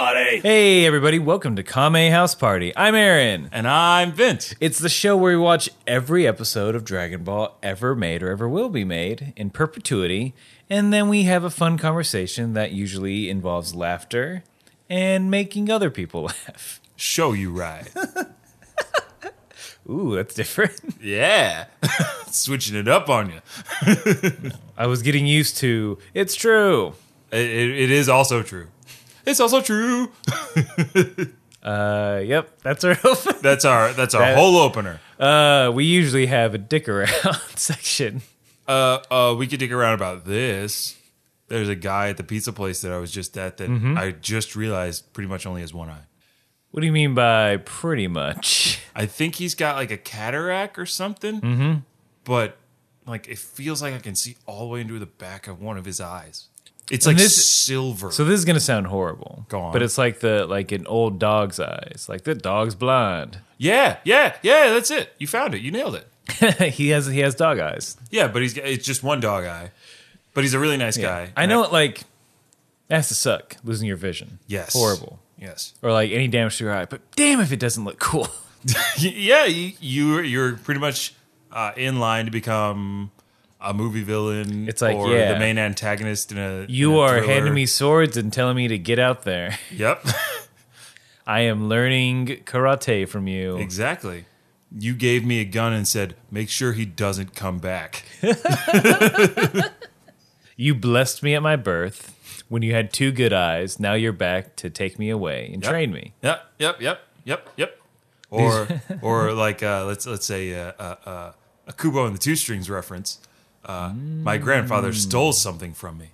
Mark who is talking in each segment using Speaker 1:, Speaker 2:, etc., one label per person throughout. Speaker 1: Hey, everybody, welcome to Kame House Party. I'm Aaron.
Speaker 2: And I'm Vince.
Speaker 1: It's the show where we watch every episode of Dragon Ball ever made or ever will be made in perpetuity, and then we have a fun conversation that usually involves laughter and making other people laugh.
Speaker 2: Show you right.
Speaker 1: Ooh, that's different.
Speaker 2: yeah. Switching it up on you.
Speaker 1: I was getting used to it's true.
Speaker 2: It, it- it is also true. It's also true.
Speaker 1: Uh, yep, that's our open.
Speaker 2: That's our that's our
Speaker 1: That-
Speaker 2: whole opener.
Speaker 1: Uh, we usually have a dick around section.
Speaker 2: Uh, uh, we could dig around about this. There's a guy at the pizza place that I was just at that I just realized pretty much only has one eye.
Speaker 1: What do you mean by pretty much?
Speaker 2: I think he's got like a cataract or something. Mm-hmm. But like it feels like I can see all the way into the back of one of his eyes. It's like
Speaker 1: this-
Speaker 2: silver.
Speaker 1: So this is gonna sound horrible.
Speaker 2: Go on.
Speaker 1: But it's like the like an old dog's eyes. Like the dog's blind.
Speaker 2: yeah, yeah, yeah. That's it. You found it. You nailed it.
Speaker 1: he has he has dog eyes.
Speaker 2: Yeah, but he's it's just one dog eye. But he's a really nice guy.
Speaker 1: I know it like it has to suck, losing your vision.
Speaker 2: yes.
Speaker 1: Horrible.
Speaker 2: Yes.
Speaker 1: Or like any damage to your eye. But damn if it doesn't look cool.
Speaker 2: Y- Yeah, you you're, you're pretty much uh, in line to become a movie villain
Speaker 1: It's like,
Speaker 2: or
Speaker 1: yeah.
Speaker 2: the main antagonist in a in
Speaker 1: You
Speaker 2: a
Speaker 1: are
Speaker 2: thriller.
Speaker 1: handing me swords and telling me to get out there.
Speaker 2: Yep.
Speaker 1: I am learning karate from you.
Speaker 2: exactly. You gave me a gun and said, "Make sure he doesn't come back."
Speaker 1: You blessed me at my birth. When you had two good eyes, now you're back to take me away and
Speaker 2: Yep.
Speaker 1: train me.
Speaker 2: Yep, yep, yep, yep, yep. Or or like uh, let's let's say uh, uh, uh, a Kubo and the Two Strings reference. Uh, My grandfather stole something from me.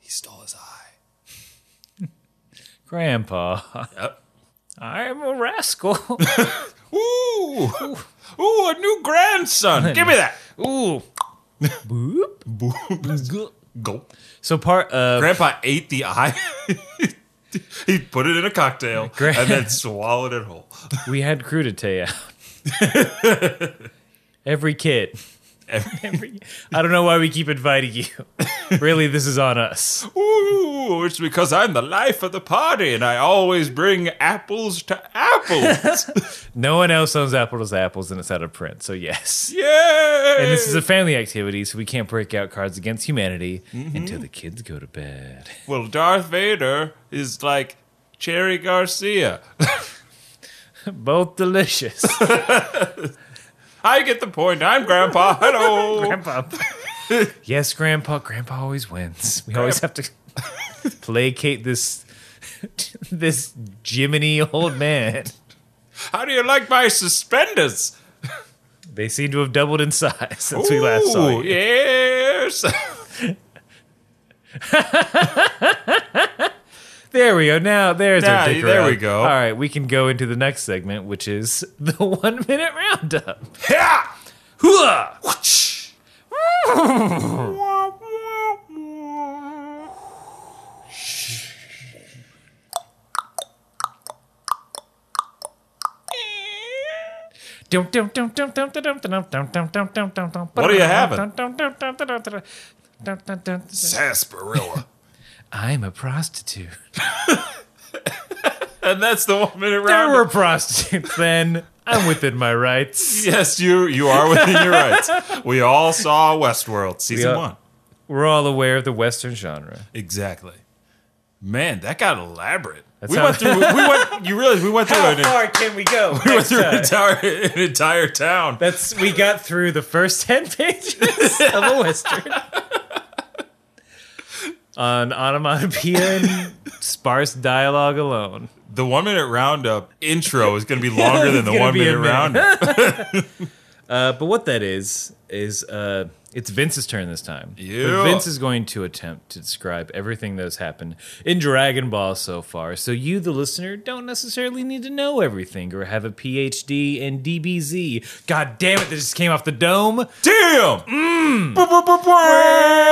Speaker 2: He stole his eye.
Speaker 1: Grandpa,
Speaker 2: Yep.
Speaker 1: I'm a rascal.
Speaker 2: Ooh, ooh, a new grandson. Give me that.
Speaker 1: Ooh. Boop.
Speaker 2: Go.
Speaker 1: So part of
Speaker 2: Grandpa ate the eye. he put it in a cocktail
Speaker 1: Gra-
Speaker 2: and then swallowed it whole.
Speaker 1: we had crudité out. Every kid. Every, I don't know why we keep inviting you. really, this is on us.
Speaker 2: Ooh, it's because I'm the life of the party and I always bring apples to apples.
Speaker 1: No one else owns apples to apples, and it's out of print. So yes.
Speaker 2: Yay!
Speaker 1: And this is a family activity, so we can't break out Cards Against Humanity until the kids go to bed.
Speaker 2: Well, Darth Vader is like Cherry Garcia.
Speaker 1: Both delicious.
Speaker 2: I get the point. I'm Grandpa. Hello.
Speaker 1: Grandpa. yes, Grandpa. Grandpa always wins. We always have to placate this this Jiminy old man.
Speaker 2: How do you like my suspenders?
Speaker 1: They seem to have doubled in size since we last saw
Speaker 2: Ooh,
Speaker 1: you.
Speaker 2: Yes.
Speaker 1: There we go. Now there's
Speaker 2: Now,
Speaker 1: our dick
Speaker 2: there we
Speaker 1: around.
Speaker 2: go.
Speaker 1: All right, we can go into the next segment, which is the one minute roundup.
Speaker 2: yeah.
Speaker 1: Hooah!
Speaker 2: Whoosh.
Speaker 1: What are
Speaker 2: What are you having? Sarsaparilla.
Speaker 1: I'm a prostitute.
Speaker 2: and that's the one minute
Speaker 1: There
Speaker 2: round.
Speaker 1: were prostitutes then. I'm within my rights.
Speaker 2: yes, you you are within your rights. We all saw Westworld season
Speaker 1: We all-
Speaker 2: one.
Speaker 1: We're all aware of the Western genre.
Speaker 2: Exactly. Man, that got elaborate. we
Speaker 1: how-
Speaker 2: went through. We went. You realize we went through an
Speaker 1: can we go?
Speaker 2: We went through an entire, an entire town.
Speaker 1: That's we got through the first ten pages of a Western. On onomatopoeia and sparse dialogue alone.
Speaker 2: The one minute roundup intro is going to be longer than
Speaker 1: It's
Speaker 2: the
Speaker 1: gonna
Speaker 2: one
Speaker 1: be a
Speaker 2: minute
Speaker 1: minute.
Speaker 2: roundup.
Speaker 1: Uh, but what that is is uh, it's Vince's turn this time.
Speaker 2: Yeah.
Speaker 1: But Vince is going to attempt to describe everything that has happened in Dragon Ball so far. So you, the listener, don't necessarily need to know everything or have a PhD in DBZ. God damn it! That just came off the dome.
Speaker 2: Damn!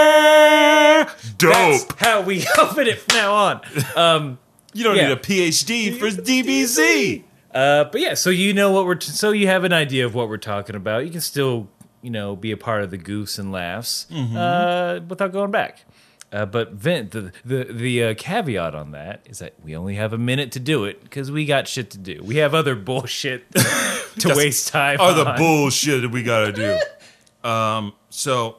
Speaker 2: Mm. Dope.
Speaker 1: That's how we open it from now on.
Speaker 2: you don't
Speaker 1: yeah.
Speaker 2: need a PhD for DBZ.
Speaker 1: Uh, but yeah, so you know what we're t- so you have an idea of what we're talking about. You
Speaker 2: Mm-hmm.
Speaker 1: can still you know be a part of the goofs and laughs uh, without going back. Uh, but Vint, the the, the uh, caveat on that is that we only have a minute to do it because we got shit to do. We have other bullshit to waste time.
Speaker 2: Are the
Speaker 1: on.
Speaker 2: bullshit that we gotta do? um, so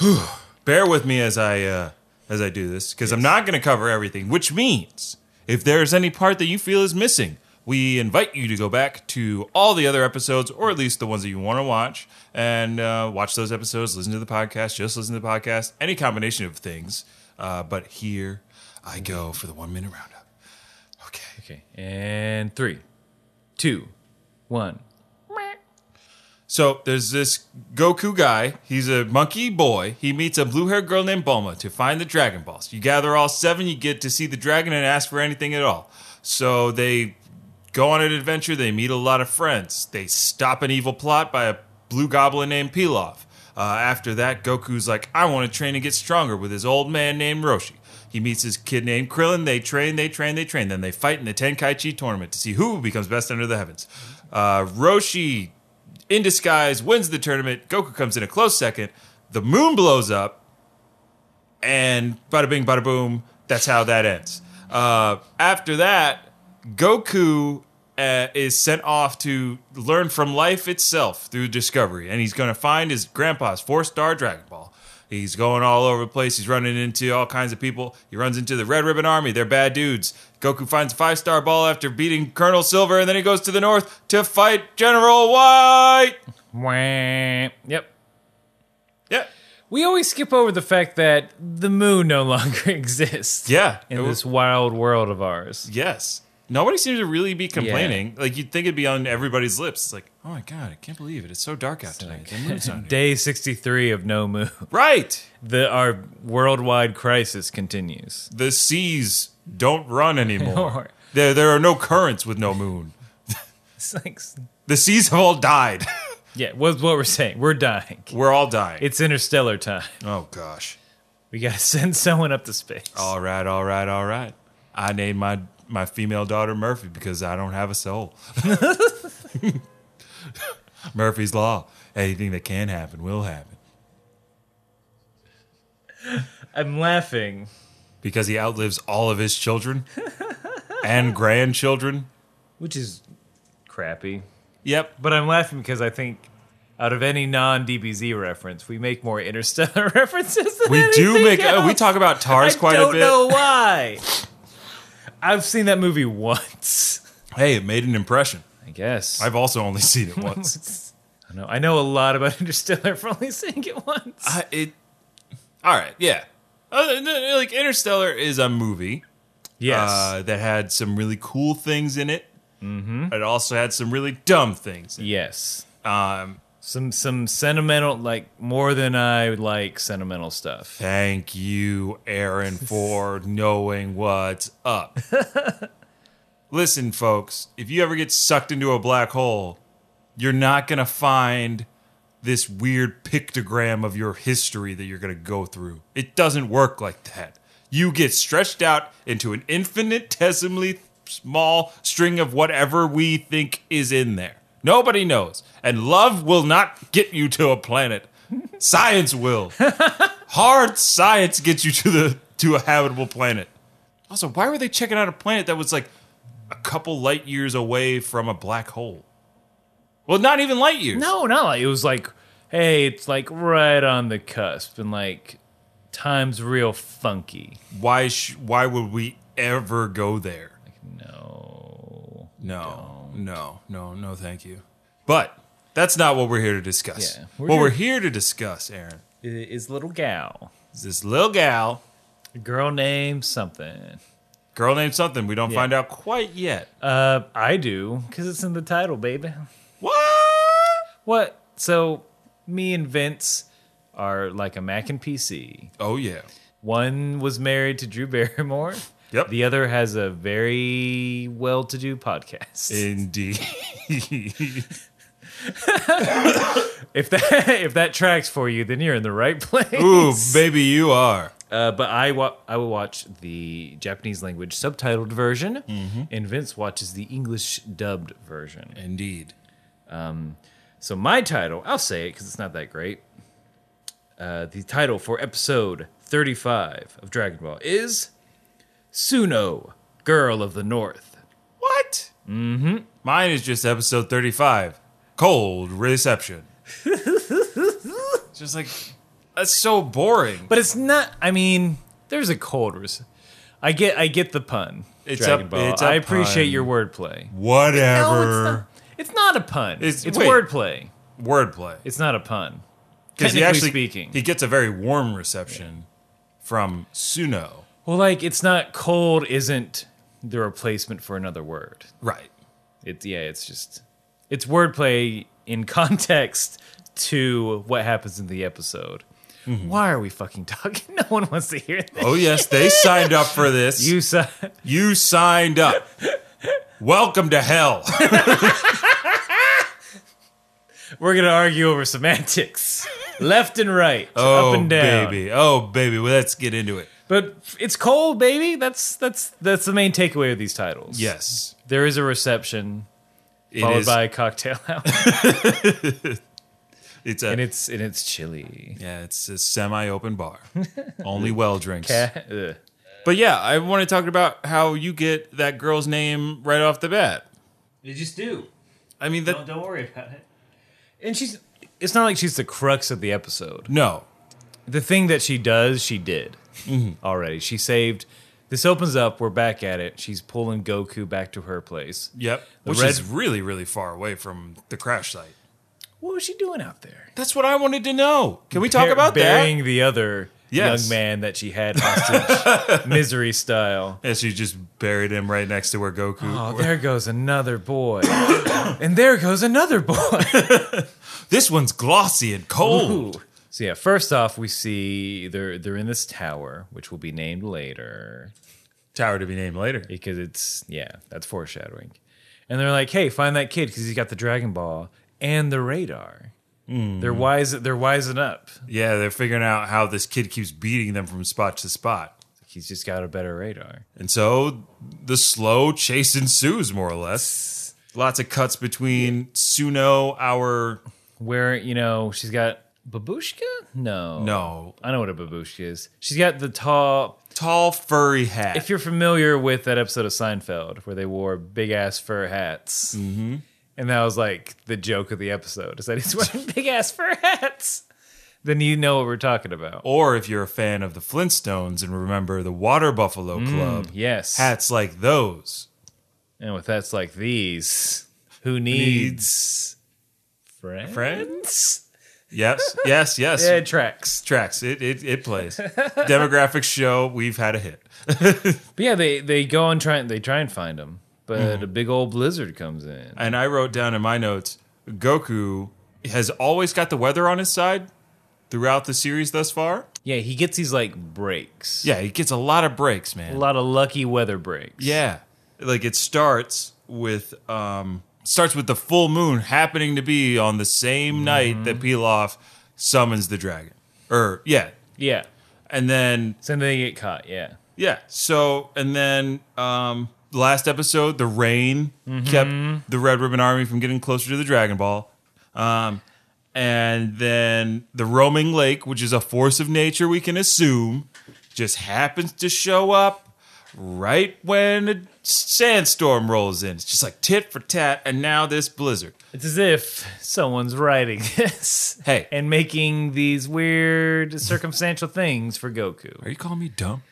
Speaker 2: whew, bear with me as I uh, as I do this because I'm not gonna cover everything. Which means if there's any part that you feel is missing, we invite you to go back to all the other episodes, or at least the ones that you want to watch, and uh, watch those episodes. Listen to the podcast. Just listen to the podcast. Any combination of things. Uh, but here I go for the one minute roundup. Okay.
Speaker 1: okay, and three, two, one.
Speaker 2: So there's this Goku guy. He's a monkey boy. He meets a blue haired girl named Bulma to find the Dragon Balls. You gather all seven, you get to see the dragon and ask for anything at all. So they go on an adventure. They meet a lot of friends. They stop an evil plot by a blue goblin named Pilaf. Uh, after that, Goku's like, I want to train and get stronger with his old man named Roshi. He meets his kid named Krillin. They train, they train, they train. Then they fight in the Tenkaichi tournament to see who becomes best under the heavens. Uh, Roshi in disguise, wins the tournament. Goku comes in a close second. The moon blows up, and bada bing, bada boom. That's how that ends. Uh, after that, Goku uh, is sent off to learn from life itself through discovery, and he's going to find his grandpa's four star Dragon Ball. He's going all over the place. He's running into all kinds of people. He runs into the Red Ribbon Army. They're bad dudes. Goku finds a five star ball after beating Colonel Silver, and then he goes to the north to fight General White.
Speaker 1: Wah. Yep.
Speaker 2: Yeah.
Speaker 1: We always skip over the fact that the moon no longer exists.
Speaker 2: Yeah.
Speaker 1: In
Speaker 2: It wa-
Speaker 1: this wild world of ours.
Speaker 2: Yes. Nobody seems to really be complaining. Like you'd think it'd be on everybody's lips. It's like, oh my god, I can't believe it. It's so dark out tonight. The moon's on here.
Speaker 1: Day 63 of No Moon.
Speaker 2: Right.
Speaker 1: The, our worldwide crisis continues.
Speaker 2: The seas don't run anymore.
Speaker 1: Or-
Speaker 2: there, there are no currents with no moon.
Speaker 1: It's like,
Speaker 2: The seas have all died.
Speaker 1: yeah, what's what we're saying? We're dying.
Speaker 2: We're all dying.
Speaker 1: It's interstellar time.
Speaker 2: oh gosh.
Speaker 1: We gotta send someone up to space.
Speaker 2: All right, all right, all right. I named my my female daughter Murphy because I don't have a soul. Murphy's law. Anything that can happen will happen
Speaker 1: I'm laughing.
Speaker 2: because he outlives all of his children and grandchildren.
Speaker 1: Which is crappy.
Speaker 2: Yep.
Speaker 1: But I'm laughing because I think out of any non DBZ reference, we make more interstellar references than
Speaker 2: We do
Speaker 1: anything
Speaker 2: make uh,
Speaker 1: else.
Speaker 2: we talk about TARS
Speaker 1: I
Speaker 2: quite
Speaker 1: don't
Speaker 2: a bit.
Speaker 1: know why. I've seen that movie once.
Speaker 2: Hey, it made an impression.
Speaker 1: I guess.
Speaker 2: I've also only seen it once.
Speaker 1: I know. I know a lot about Interstellar for only seeing it once.
Speaker 2: I, it All right, yeah. Other than- like Interstellar is a movie.
Speaker 1: yes.
Speaker 2: uh, that had some really cool things in it. Mm-hmm. It also had some really dumb things.
Speaker 1: yes.
Speaker 2: Um,
Speaker 1: Some some sentimental, like more than I would like sentimental stuff.
Speaker 2: thank you, Aaron, for knowing what's up. Listen, folks, if you ever get sucked into a black hole, you're not going to find this weird pictogram of your history that you're going to go through. It doesn't work like that. You get stretched out into an infinitesimally small string of whatever we think is in there. Nobody knows. And love will not get you to a planet. Science will. Hard science gets you to the to a habitable planet. Also, why were they checking out a planet that was like a couple light years away from a black hole? Well, not even light years.
Speaker 1: No, not like it was like, hey, it's like right on the cusp, and like time's real funky.
Speaker 2: why sh- why would we ever go there?
Speaker 1: No.
Speaker 2: No, no, no, no, thank you. But that's not what we're here to discuss.
Speaker 1: Yeah, we're
Speaker 2: what
Speaker 1: here-
Speaker 2: we're here to discuss, Aaron,
Speaker 1: It is little gal,
Speaker 2: is this little gal,
Speaker 1: a girl named something.
Speaker 2: girl named something we don't find out quite yet.
Speaker 1: Uh, I do because it's in the title, baby.
Speaker 2: what?
Speaker 1: What? So me and Vince are like a Mac and PC.
Speaker 2: Oh yeah,
Speaker 1: One was married to Drew Barrymore.
Speaker 2: Yep.
Speaker 1: The other has a very well-to-do podcast.
Speaker 2: indeed.
Speaker 1: if that if that tracks for you, then you're in the right place.
Speaker 2: Ooh, baby, you are.
Speaker 1: Uh, but I wa- I will watch the Japanese language subtitled version,
Speaker 2: Mm-hmm.
Speaker 1: and Vince watches the English dubbed version.
Speaker 2: Indeed.
Speaker 1: So my title, I'll say it because it's not that great. Uh, the title for episode 35 of Dragon Ball is Suno, Girl of the North.
Speaker 2: What? Mm-hmm. Mine is just episode 35, Cold Reception. just like, that's so boring.
Speaker 1: But it's not. I mean, there's a cold. Res- I get. I get the pun.
Speaker 2: It's
Speaker 1: Dragon
Speaker 2: a-
Speaker 1: Ball.
Speaker 2: it's a
Speaker 1: I appreciate
Speaker 2: pun.
Speaker 1: your wordplay.
Speaker 2: Whatever.
Speaker 1: It's not a pun.
Speaker 2: It's-
Speaker 1: It's,
Speaker 2: wait.
Speaker 1: wordplay.
Speaker 2: Wordplay.
Speaker 1: It's not a pun.
Speaker 2: Because
Speaker 1: Technically
Speaker 2: he actually,
Speaker 1: speaking,
Speaker 2: he gets a very warm reception from Suno.
Speaker 1: well, like it's not cold. Isn't the replacement for another word?
Speaker 2: Right.
Speaker 1: It's yeah. It's just it's wordplay in context to what happens in the episode.
Speaker 2: Mm-hmm.
Speaker 1: Why are we fucking talking? No one wants to hear that.
Speaker 2: Oh, yes, they signed up for this.
Speaker 1: You said
Speaker 2: You signed up. Welcome to hell.
Speaker 1: we're gonna argue over semantics, left and right,
Speaker 2: Oh,
Speaker 1: up and down.
Speaker 2: baby. Oh, baby. Well, let's get into it.
Speaker 1: But it's cold, baby. That's that's that's the main takeaway of these titles.
Speaker 2: Yes.
Speaker 1: there is a reception
Speaker 2: It
Speaker 1: followed
Speaker 2: is-
Speaker 1: by a cocktail hour,
Speaker 2: It's a,
Speaker 1: and it's and it's chilly.
Speaker 2: yeah, it's a semi-open bar. Only well drinks.
Speaker 1: Ugh.
Speaker 2: But yeah, I want to talk about how you get that girl's name right off the bat.
Speaker 1: They just do.
Speaker 2: I mean, that
Speaker 1: don't worry about it. And she's. It's not like she's the crux of the episode.
Speaker 2: no,
Speaker 1: The thing that she does, she did
Speaker 2: Mm-hmm.
Speaker 1: already. She saved. This opens up. We're back at it. She's pulling Goku back to her place.
Speaker 2: yep,
Speaker 1: The
Speaker 2: which
Speaker 1: red-
Speaker 2: is really, really far away from the crash site.
Speaker 1: What was she doing out there?
Speaker 2: That's what I wanted to know. Can we talk
Speaker 1: Bur-
Speaker 2: about
Speaker 1: burying the other
Speaker 2: Yes.
Speaker 1: young man that she had hostage, misery style.
Speaker 2: that? As you just buried him right next to where Goku.
Speaker 1: Oh, there goes another boy, and there goes another boy.
Speaker 2: this one's glossy and cold.
Speaker 1: Ooh. So yeah, first off, we see they're they're in this tower, which will be named later
Speaker 2: Tower to be named later.
Speaker 1: because it's yeah, that's foreshadowing. And they're like, "Hey, find that kid because he's got the Dragon Ball and the radar." They're wise. They're wising up.
Speaker 2: Yeah, they're figuring out how this kid keeps beating them from spot to spot.
Speaker 1: He's just got a better radar.
Speaker 2: And so the slow chase ensues, more or less. Lots of cuts between Suno, our.
Speaker 1: Where you know she's got babushka? No,
Speaker 2: No,
Speaker 1: I know what a babushka is. She's got the tall.
Speaker 2: tall furry hat.
Speaker 1: If you're familiar with that episode of Seinfeld where they wore big ass fur hats, mm-hmm. and that was like the joke of the episode is that he's wearing big ass fur hats, then you know what we're talking about.
Speaker 2: or if you're a fan of the Flintstones and remember the Water Buffalo Club,
Speaker 1: Yes,
Speaker 2: hats like those.
Speaker 1: and with hats like these, who needs, friends?
Speaker 2: Friends? Yes, yes, yes.
Speaker 1: Yeah, it tracks.
Speaker 2: Tracks. It, it it plays. Demographics show we've had a hit.
Speaker 1: But yeah, they they go and try and they try and find him, but a big old blizzard comes in.
Speaker 2: And I wrote down in my notes, Goku has always got the weather on his side throughout the series thus far.
Speaker 1: Yeah, he gets these like breaks.
Speaker 2: Yeah, he gets a lot of breaks,
Speaker 1: a
Speaker 2: man.
Speaker 1: lot of lucky weather breaks.
Speaker 2: Yeah. Like it starts with um starts with the full moon happening to be on the same night that Pilaf summons the dragon. Or yeah.
Speaker 1: Yeah.
Speaker 2: And then
Speaker 1: So then they get caught. Yeah.
Speaker 2: yeah. So and then um last episode the rain kept the Red Ribbon Army from getting closer to the Dragon Ball. Um and then the roaming lake, which is a force of nature we can assume, just happens to show up right when a sandstorm rolls in. It's just like tit for tat, and now this blizzard.
Speaker 1: It's as if someone's writing this.
Speaker 2: Hey.
Speaker 1: And making these weird circumstantial things for Goku.
Speaker 2: Are you calling me dumb?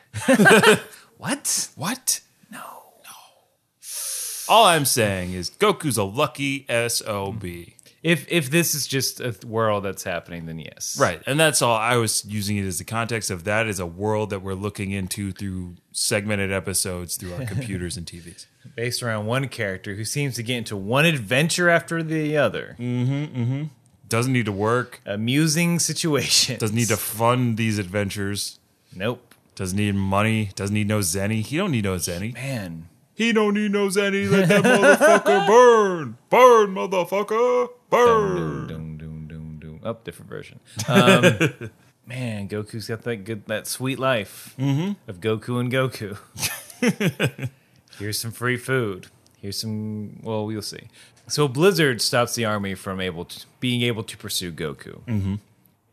Speaker 1: What?
Speaker 2: What? No. No. All I'm saying is Goku's a lucky SOB.
Speaker 1: If if this is just a th- world that's happening, then yes.
Speaker 2: Right. And that's all I was using it as the context of that is a world that we're looking into through segmented episodes through our computers and TVs.
Speaker 1: Based around one character who seems to get into one adventure after the other.
Speaker 2: Mm. Doesn't need to work,
Speaker 1: Amusing situation.
Speaker 2: doesn't need to fund these adventures,
Speaker 1: Nope.
Speaker 2: doesn't need money, doesn't need no zenny. He don't need no zenny.
Speaker 1: Man.
Speaker 2: He don't need no zenny. Let that motherfucker burn. Burn, motherfucker. Burn.
Speaker 1: Doom, doom, doom, doom, doom. Up, different version. Um, man, Goku's got that good, that sweet life of Goku and Goku. Here's some free food. Here's some. Well, we'll see. So Blizzard stops the army from able to, being able to pursue Goku, mm-hmm.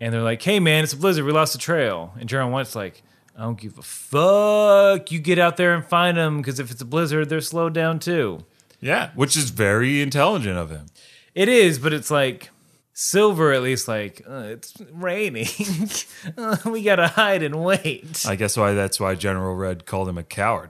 Speaker 1: and they're like, "Hey, man, it's a blizzard. We lost the trail." And Jaron White's like, "I don't give a fuck. You get out there and find them because if it's a blizzard, they're slowed down too."
Speaker 2: Yeah, which is very intelligent of him.
Speaker 1: It is, but it's like Silver. At least like uh, it's raining. Uh, we gotta hide and wait.
Speaker 2: I guess why that's why General Red called him a coward.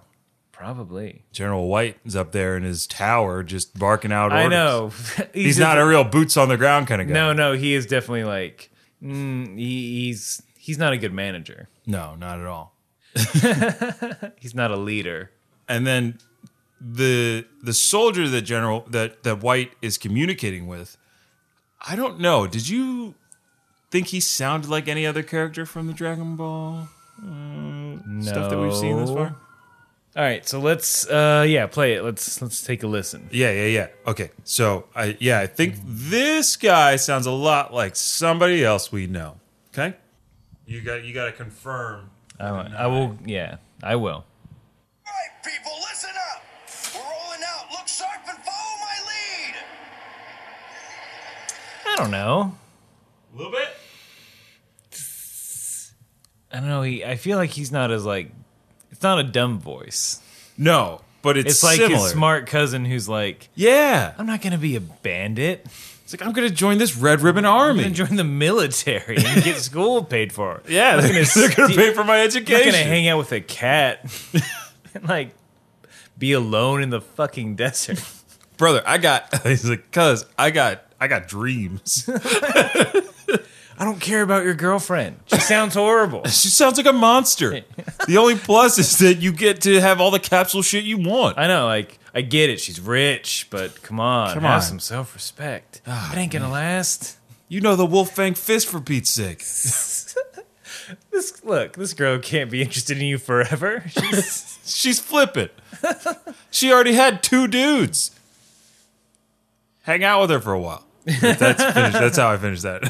Speaker 1: Probably.
Speaker 2: General White is up there in his tower just barking out orders.
Speaker 1: I know.
Speaker 2: He's,
Speaker 1: just-
Speaker 2: not a real boots on the ground kind of guy.
Speaker 1: No, no, he is definitely like mm, he, he's he's not a good manager.
Speaker 2: no, not at all.
Speaker 1: He's not a leader.
Speaker 2: and then the the soldier that general that that white is communicating with i don't know did you think he sounded like any other character from the dragon ball
Speaker 1: No.
Speaker 2: stuff that we've seen this far
Speaker 1: All right, so let's uh yeah, play it. Let's let's take a listen.
Speaker 2: yeah yeah yeah okay so i yeah i think this guy sounds a lot like somebody else we know okay you got you got to confirm
Speaker 1: I, I will yeah, I will.
Speaker 3: Alright, people, listen up. We're rolling out. Look sharp and follow my lead.
Speaker 1: I don't know.
Speaker 2: a little bit
Speaker 1: I don't know. He I feel like he's not as like it's not a dumb voice.
Speaker 2: no but it's,
Speaker 1: It's like
Speaker 2: similar.
Speaker 1: his smart cousin who's like,
Speaker 2: yeah
Speaker 1: I'm not going to be a bandit.
Speaker 2: it's like i'm gonna join this red ribbon army
Speaker 1: I'm going to join the military and get school paid for.
Speaker 2: Yeah, they're, gonna, they're gonna pay for my
Speaker 1: I'm not
Speaker 2: education.
Speaker 1: gonna hang out with a cat and like be alone in the fucking desert.
Speaker 2: Brother, I got. He's like, cuz I got, I got dreams.
Speaker 1: I don't care about your girlfriend. She sounds horrible.
Speaker 2: she sounds like a monster. the only plus is that you get to have all the capsule shit you want.
Speaker 1: I know, like I get it. She's rich, but come on,
Speaker 2: Come
Speaker 1: have
Speaker 2: on. Ah,
Speaker 1: some self-respect. it ain't gonna last.
Speaker 2: You know the wolf fang fist for Pete's sake.
Speaker 1: This look, this girl can't be interested in you forever. She's,
Speaker 2: She's flippant. she already had two dudes. Hang out with her for a while. That's finished. That's how I finished that.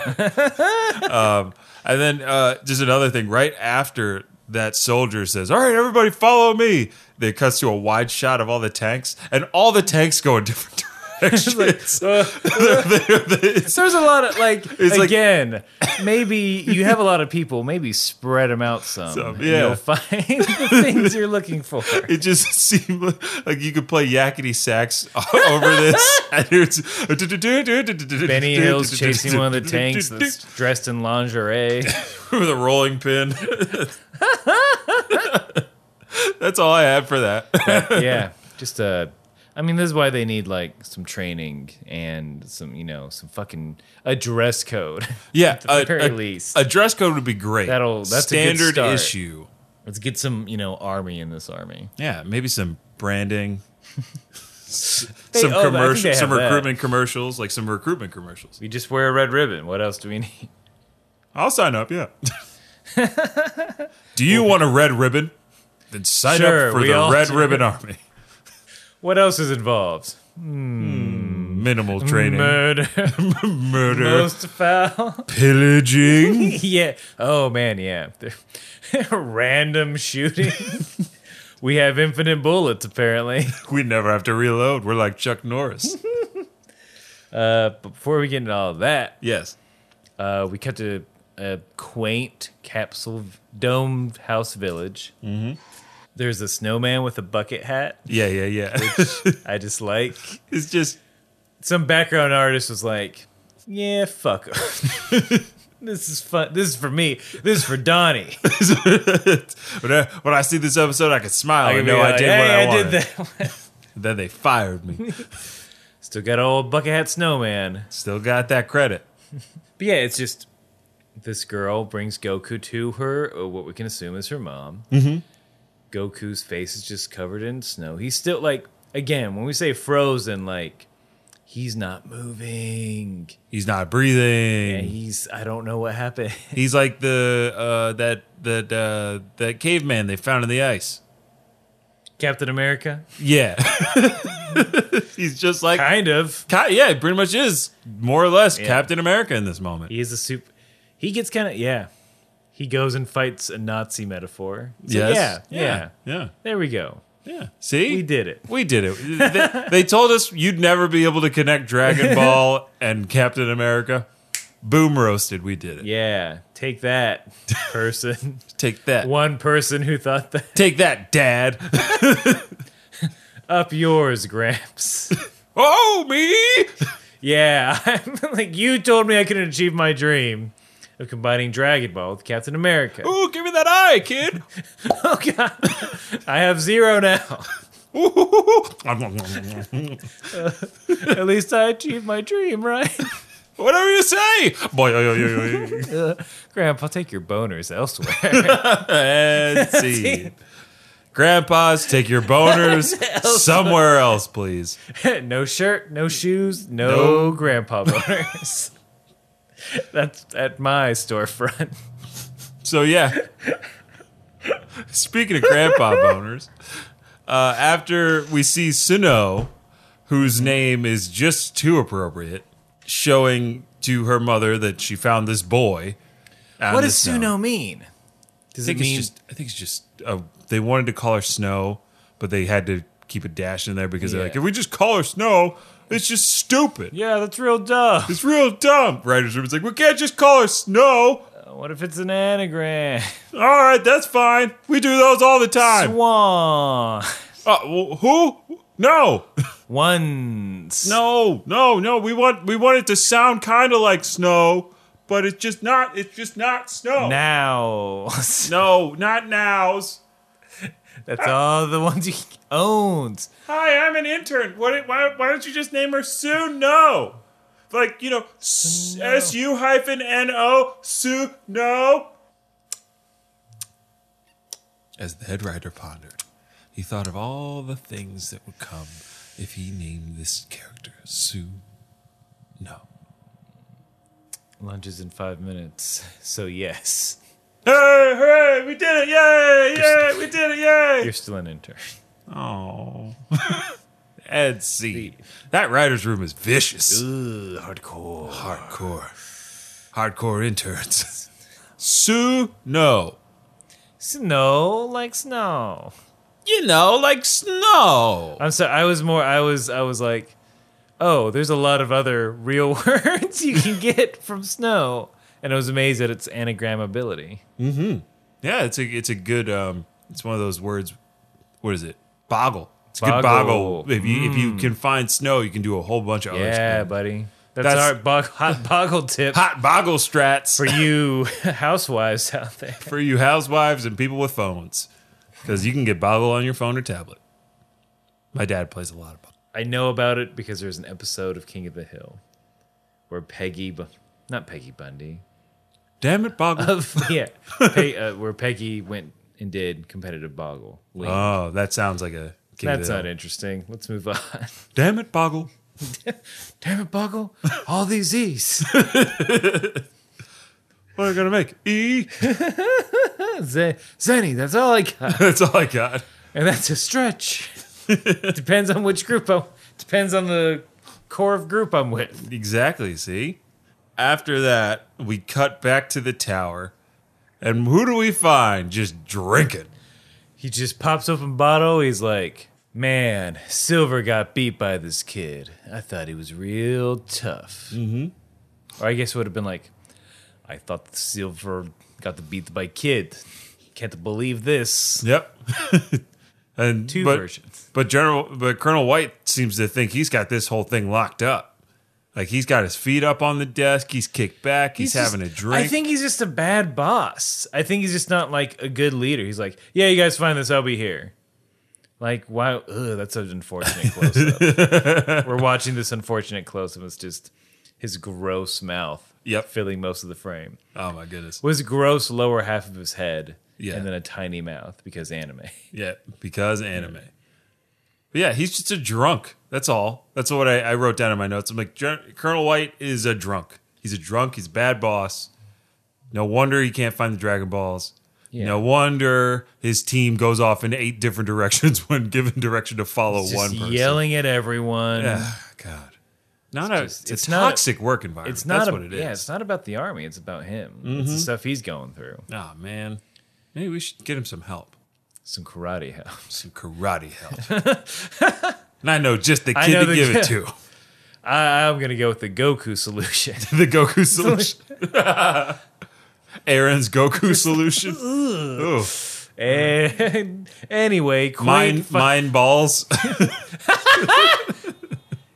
Speaker 2: um, and then uh, just another thing. Right after that, soldier says, "All right, everybody, follow me." They cuts to a wide shot of all the tanks, and all the tanks go in different directions.
Speaker 1: uh, there's a lot of like
Speaker 2: It's like-
Speaker 1: again. maybe you have a lot of people. Maybe spread them out some.
Speaker 2: Some,
Speaker 1: and
Speaker 2: yeah.
Speaker 1: You'll find the things you're looking for.
Speaker 2: it just seemed like, like you could play yakety sax over this. and it's
Speaker 1: Benny Hill's chasing one of the tanks that's dressed in lingerie.
Speaker 2: with a rolling pin. That's all I had for that.
Speaker 1: Yeah, just uh, I mean, this is why they need like some training and some, you know, some fucking a dress code.
Speaker 2: yeah,
Speaker 1: the
Speaker 2: a,
Speaker 1: very
Speaker 2: a-
Speaker 1: least.
Speaker 2: a dress code would be great.
Speaker 1: That'll- that's a good
Speaker 2: standard
Speaker 1: start.
Speaker 2: issue.
Speaker 1: Let's get some, you know, army in this army.
Speaker 2: Yeah, maybe some branding,
Speaker 1: They-
Speaker 2: some
Speaker 1: oh, I think they
Speaker 2: commercial,
Speaker 1: have
Speaker 2: some
Speaker 1: that.
Speaker 2: recruitment commercials, like some recruitment commercials.
Speaker 1: We just wear a red ribbon. What else do we need?
Speaker 2: I'll sign up. Yeah. do you want a red ribbon? Then sign
Speaker 1: Sure,
Speaker 2: up for
Speaker 1: we
Speaker 2: the
Speaker 1: all
Speaker 2: Red
Speaker 1: do.
Speaker 2: Ribbon Army.
Speaker 1: What else is involved?
Speaker 2: Minimal training,
Speaker 1: Murder,
Speaker 2: murder,
Speaker 1: most foul.
Speaker 2: pillaging.
Speaker 1: yeah. Oh man, yeah. Random shooting. we have infinite bullets apparently.
Speaker 2: we never have to reload. We're like Chuck Norris.
Speaker 1: Uh, but before we get into all of that,
Speaker 2: yes.
Speaker 1: Uh, we cut to a quaint capsule domed house village. Mm-hmm. There's a snowman with a bucket hat.
Speaker 2: Yeah, yeah, yeah.
Speaker 1: I just like.
Speaker 2: it's just
Speaker 1: Some background artist was like, "Yeah, fuck. 'em." this is fun. This is for me. This is for Donnie.
Speaker 2: when I, when I see this episode, I can smile. I
Speaker 1: could
Speaker 2: know
Speaker 1: be
Speaker 2: I
Speaker 1: like,
Speaker 2: did
Speaker 1: "Hey,
Speaker 2: what I, wanted.
Speaker 1: did that. one."
Speaker 2: Then they fired me.
Speaker 1: Still got old bucket hat snowman.
Speaker 2: Still got that credit.
Speaker 1: But yeah, it's just this girl brings Goku to her, or what we can assume is her mom. Mm-hmm. Goku's face is just covered in snow. He's still like, again, when we say frozen, like he's not moving.
Speaker 2: He's not breathing.
Speaker 1: And he's, I don't know what happened.
Speaker 2: He's like the uh, that that uh, that caveman they found in the ice.
Speaker 1: Captain America,
Speaker 2: Yeah, he's just like
Speaker 1: kind of.
Speaker 2: Ca- yeah, he pretty much is more or less
Speaker 1: Yeah.
Speaker 2: Captain America in this moment.
Speaker 1: He is a soup. He gets kind of yeah. He goes and fights a Nazi metaphor. So
Speaker 2: Yes.
Speaker 1: yeah, yeah,
Speaker 2: yeah,
Speaker 1: There we go.
Speaker 2: yeah, yeah. See,
Speaker 1: We did it.
Speaker 2: We did it. They, they told us you'd never be able to connect Dragon Ball and Captain America. Boom roasted. We did it.
Speaker 1: Yeah, take that person.
Speaker 2: Take that.
Speaker 1: One person who thought that.
Speaker 2: Take that, Dad.
Speaker 1: Up yours, Gramps.
Speaker 2: oh, me.
Speaker 1: Yeah, I'm like you told me I couldn't achieve my dream of combining Dragon Ball with Captain America.
Speaker 2: Ooh, give me that eye, kid.
Speaker 1: Oh god, I have zero now. At least I achieved my dream, right?
Speaker 2: Whatever you say. Boy, yo, yo, yo, yo.
Speaker 1: Grandpa, take your boners elsewhere.
Speaker 2: And see. Grandpas, take your boners somewhere else, please.
Speaker 1: no shirt, no shoes, no
Speaker 2: No.
Speaker 1: grandpa boners. That's at my storefront.
Speaker 2: So yeah. Speaking of grandpa boners, uh, after we see Suno, whose name is just too appropriate, showing to her mother that she found this boy. out
Speaker 1: What
Speaker 2: in the
Speaker 1: does
Speaker 2: snow.
Speaker 1: Suno mean? Does
Speaker 2: I think
Speaker 1: it mean
Speaker 2: it's just. I think it's just. Uh, they wanted to call her Snow, but they had to keep a dash in there because
Speaker 1: Yeah.
Speaker 2: they're like, if we just call her Snow, it's just stupid.
Speaker 1: yeah? That's real dumb.
Speaker 2: It's real dumb. Writers room is like, we can't just call her Snow.
Speaker 1: What if it's an anagram?
Speaker 2: All right, that's fine. We do those all the time.
Speaker 1: Swan.
Speaker 2: Uh, wh- who? No,
Speaker 1: Once.
Speaker 2: no, no, no. We want we want it to sound kind of like Snow, but it's just not. It's just not Snow.
Speaker 1: Now.
Speaker 2: No, not nows.
Speaker 1: That's all the ones you owns.
Speaker 2: Hi, I'm an intern. What? Why, why don't you just name her Sue? No, like you know, S U hyphen N O Sue No. As the head writer pondered, he thought of all the things that would come if he named this character Sue No.
Speaker 1: Lunch is in five minutes, so yes,
Speaker 2: Hey! Hooray! We did it! Yay! Yay! We did it! Yay!
Speaker 1: you're still an intern.
Speaker 2: Oh. Ed C. That writer's room is vicious.
Speaker 1: Ooh, hardcore.
Speaker 2: Hardcore. Hardcore interns. Sue, no.
Speaker 1: Snow like snow.
Speaker 2: You know, like snow.
Speaker 1: I'm sorry. I was more. I was. I was like, oh, there's a lot of other real words you can get from snow, and I was amazed at its anagrammability.
Speaker 2: Yeah, it's a it's a good um it's one of those words what is it? Boggle. It's a good boggle.
Speaker 1: Boggle.
Speaker 2: Mm. If you if you can find snow, you can do a whole bunch of
Speaker 1: yeah,
Speaker 2: other stuff.
Speaker 1: buddy. That's,
Speaker 2: Oh, That's-
Speaker 1: our bog- hot boggle tip
Speaker 2: Hot boggle strats
Speaker 1: for you housewives out there.
Speaker 2: for you housewives and people with phones. Because you can get boggle on your phone or tablet. My dad plays a lot of boggle.
Speaker 1: I know about it because there's an episode of King of the Hill where Peggy, Bu- not Peggy Bundy,
Speaker 2: Damn it, boggle.
Speaker 1: of yeah, Pe- uh, where Peggy went and did competitive boggle. League.
Speaker 2: oh, that sounds like a King of
Speaker 1: That's
Speaker 2: the
Speaker 1: not
Speaker 2: Hill.
Speaker 1: interesting. Let's move on.
Speaker 2: Damn it, boggle.
Speaker 1: Damn it, Boggle! All these Z's.
Speaker 2: What are you gonna make? E
Speaker 1: Z- Zenny, that's all I got,
Speaker 2: That's all I got.
Speaker 1: and that's a stretch. depends on which group. I, depends on the core of group I'm with.
Speaker 2: Exactly. See? After that, we cut back to the tower. And who do we find just drinking?
Speaker 1: He just pops open bottle. He's like, "Man, Silver got beat by this kid. I thought he was real tough." Mm-hmm. Or I guess it would have been like, "I thought Silver got the beat by kid. Can't believe this."
Speaker 2: Yep. and
Speaker 1: Two
Speaker 2: but,
Speaker 1: versions.
Speaker 2: But General but Colonel White seems to think he's got this whole thing locked up. Like he's got his feet up on the desk, he's kicked back, he's, having
Speaker 1: just-
Speaker 2: a drink.
Speaker 1: I think he's just a bad boss. I think he's just not like a good leader. He's like, "Yeah, you guys find this. I'll be here." Like, wow, ugh, that's an unfortunate close up. We're watching this unfortunate close up. It's just his gross mouth
Speaker 2: Yep.
Speaker 1: filling most of the frame.
Speaker 2: oh my goodness.
Speaker 1: Was gross lower half of his head
Speaker 2: Yeah.
Speaker 1: and then a tiny mouth because anime.
Speaker 2: Yeah, because anime. But yeah, he's just a drunk. That's all. That's what I, I wrote down in my notes. I'm like, "Gen- Colonel White is a drunk. He's a drunk. He's a bad boss. No wonder he can't find the Dragon Balls.
Speaker 1: Yeah.
Speaker 2: No wonder his team goes off in eight different directions when given direction to follow
Speaker 1: Just
Speaker 2: one person.
Speaker 1: yelling at everyone.
Speaker 2: Yeah, Ah, God. Not a,
Speaker 1: just-
Speaker 2: it's,
Speaker 1: it's
Speaker 2: a
Speaker 1: Mm. not a-
Speaker 2: toxic work environment.
Speaker 1: It's not
Speaker 2: That's
Speaker 1: a-
Speaker 2: what it is. Mm-hmm.
Speaker 1: Yeah, it's not about the army. It's about him. It's the stuff he's going through.
Speaker 2: oh, man. Maybe we should get him some help.
Speaker 1: Some karate help.
Speaker 2: Some karate help. and I know just the
Speaker 1: I
Speaker 2: kid
Speaker 1: know
Speaker 2: to
Speaker 1: the
Speaker 2: give it
Speaker 1: kid.
Speaker 2: to.
Speaker 1: I, I'm gonna go with the Goku solution.
Speaker 2: the Goku solution. Aaron's Goku solution. Ooh.
Speaker 1: and anyway, quaint
Speaker 2: Mine,
Speaker 1: fi-
Speaker 2: mine balls.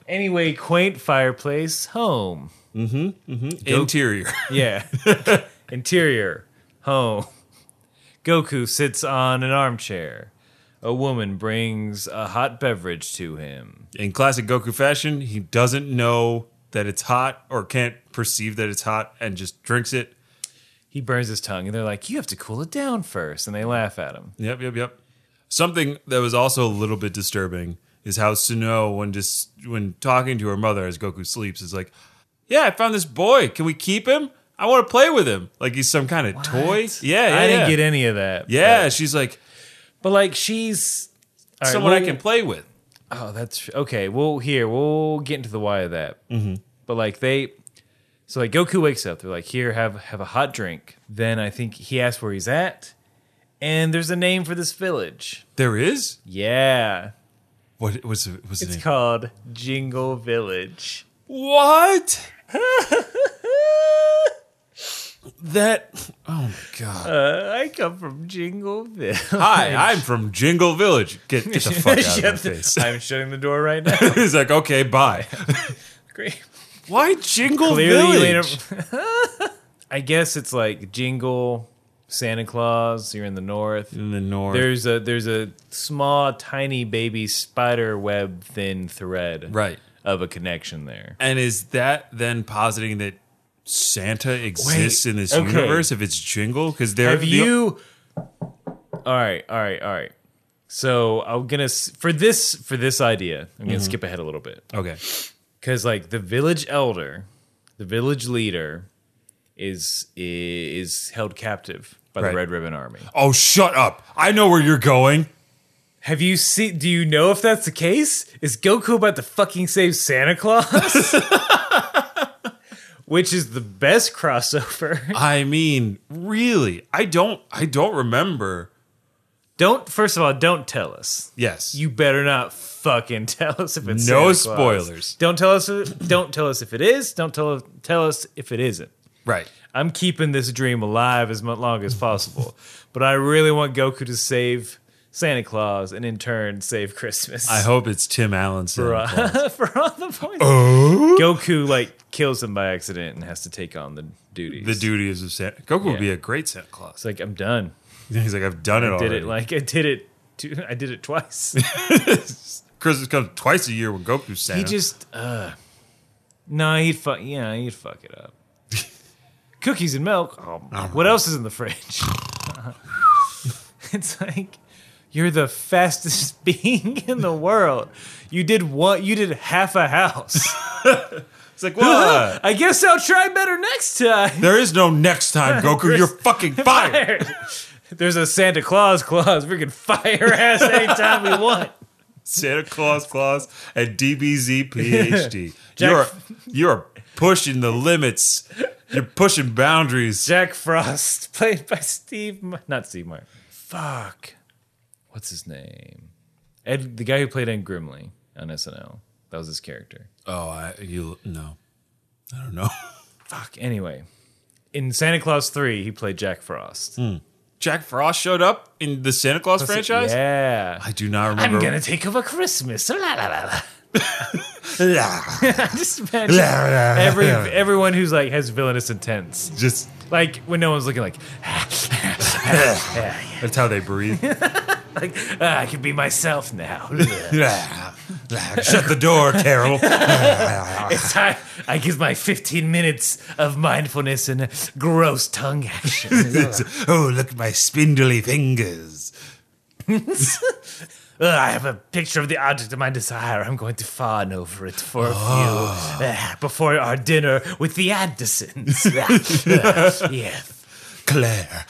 Speaker 1: anyway, quaint fireplace home.
Speaker 2: Interior.
Speaker 1: Yeah. Interior home. Goku sits on an armchair. A woman brings a hot beverage to him.
Speaker 2: In classic Goku fashion, he doesn't know that it's hot or can't perceive that it's hot and just drinks it.
Speaker 1: He burns his tongue, and they're like, "You have to cool it down first. and they laugh at him.
Speaker 2: Yep, yep, yep. Something that was also a little bit disturbing is how Suno, when just when talking to her mother as Goku sleeps, is like, "Yeah, I found this boy. Can we keep him? I want to play with him. Like he's some kind of toy." Yeah, yeah
Speaker 1: I didn't
Speaker 2: yeah.
Speaker 1: get any of that.
Speaker 2: Yeah, she's like
Speaker 1: But like she's All right,
Speaker 2: someone I
Speaker 1: we'll-
Speaker 2: can play with.
Speaker 1: Oh, that's okay. Well, here we'll get into the why of that. Mm-hmm. But like they, so like Goku wakes up. They're like, "Here, have have a hot drink." Then I think he asks where he's at, and there's a name for this village.
Speaker 2: There is
Speaker 1: Yeah,
Speaker 2: what was was
Speaker 1: it's
Speaker 2: it?
Speaker 1: called Jingle Village.
Speaker 2: What? that oh my god.
Speaker 1: Uh, I come from Jingle Village.
Speaker 2: Hi, I'm from Jingle Village. Get, get the fuck out of my
Speaker 1: Shut the-
Speaker 2: face.
Speaker 1: I'm shutting the door right now.
Speaker 2: He's like, okay, bye.
Speaker 1: Great.
Speaker 2: Why Jingle
Speaker 1: Clearly,
Speaker 2: Village?
Speaker 1: later. I guess it's like Jingle, Santa Claus. You're in the north.
Speaker 2: In the north.
Speaker 1: There's a there's a small, tiny baby spider web thin thread
Speaker 2: right.
Speaker 1: of a connection there.
Speaker 2: And is that then positing that Santa exists
Speaker 1: Wait,
Speaker 2: in this
Speaker 1: okay.
Speaker 2: universe if it's Jingle? Because there
Speaker 1: Have you? All right, all right, all right. So I'm gonna s- for this for this idea, I'm
Speaker 2: Mm-hmm.
Speaker 1: gonna skip ahead a little bit
Speaker 2: Okay.
Speaker 1: because like the village elder, the village leader, is is held captive by
Speaker 2: Right.
Speaker 1: the Red Ribbon Army.
Speaker 2: Oh, shut up. I know where you're going.
Speaker 1: Have you seen? Do you know if that's the case? Is Goku about to fucking save Santa Claus? Which is the best crossover?
Speaker 2: I mean, really. I don't I don't remember.
Speaker 1: Don't first of all, don't tell us.
Speaker 2: Yes.
Speaker 1: You better not fucking tell us if it's
Speaker 2: No
Speaker 1: Santa Claus.
Speaker 2: spoilers.
Speaker 1: Don't tell us. Don't tell us if it is. Don't tell tell us if it isn't.
Speaker 2: right.
Speaker 1: I'm keeping this dream alive as mu- long as possible, but I really want Goku to save Santa Claus and in turn save Christmas.
Speaker 2: I hope it's Tim Allen. Santa Claus.
Speaker 1: for all the points. Goku like kills him by accident and has to take on the duties.
Speaker 2: The duties of Santa. Goku
Speaker 1: Yeah.
Speaker 2: would be a great Santa Claus.
Speaker 1: It's like I'm done.
Speaker 2: He's like, I've done it
Speaker 1: Did
Speaker 2: already.
Speaker 1: it like I did it. two- I did it twice.
Speaker 2: Christmas comes twice a year when Goku's Santa.
Speaker 1: he just uh no, he'd fuck. Yeah, he'd fuck it up. Cookies and milk. Oh, what else is in the fridge? it's like you're the fastest being in the world. You did what? You did half a house.
Speaker 2: it's like, well, uh,
Speaker 1: I guess I'll try better next time.
Speaker 2: there is no next time, Goku. You're fucking fired.
Speaker 1: fired. There's a Santa Claus clause. We can fire ass anytime we want.
Speaker 2: Santa Claus Claus and DBZ PhD.
Speaker 1: Jack-
Speaker 2: you're you're pushing the limits. You're pushing boundaries.
Speaker 1: Jack Frost, played by Steve, Mar- not Steve Martin. Fuck, what's his name? Ed, the guy who played Ed Grimley on SNL. That was his character.
Speaker 2: Oh, I, you no, I don't know.
Speaker 1: Fuck. Anyway, in Santa Claus Three, he played Jack Frost.
Speaker 2: Jack Frost showed up in the Santa Claus franchise.
Speaker 1: Yeah.
Speaker 2: I do not
Speaker 1: I'm
Speaker 2: remember.
Speaker 1: gonna take over Christmas. La, la, la, la. Just imagine
Speaker 2: gonna
Speaker 1: every everyone who's like has villainous intents.
Speaker 2: just
Speaker 1: Like when no one's looking, like,
Speaker 2: that's how they breathe.
Speaker 1: like ah, I can be myself now.
Speaker 2: Shut the door, Carol.
Speaker 1: it's time I give my 15 minutes of mindfulness and gross tongue action.
Speaker 2: oh, look at my spindly fingers.
Speaker 1: Ugh, I have a picture of the object of my desire. I'm going to fawn over it for a few
Speaker 2: Oh.
Speaker 1: ah, before our dinner with the Andersons. Ah, yeah.
Speaker 2: Claire.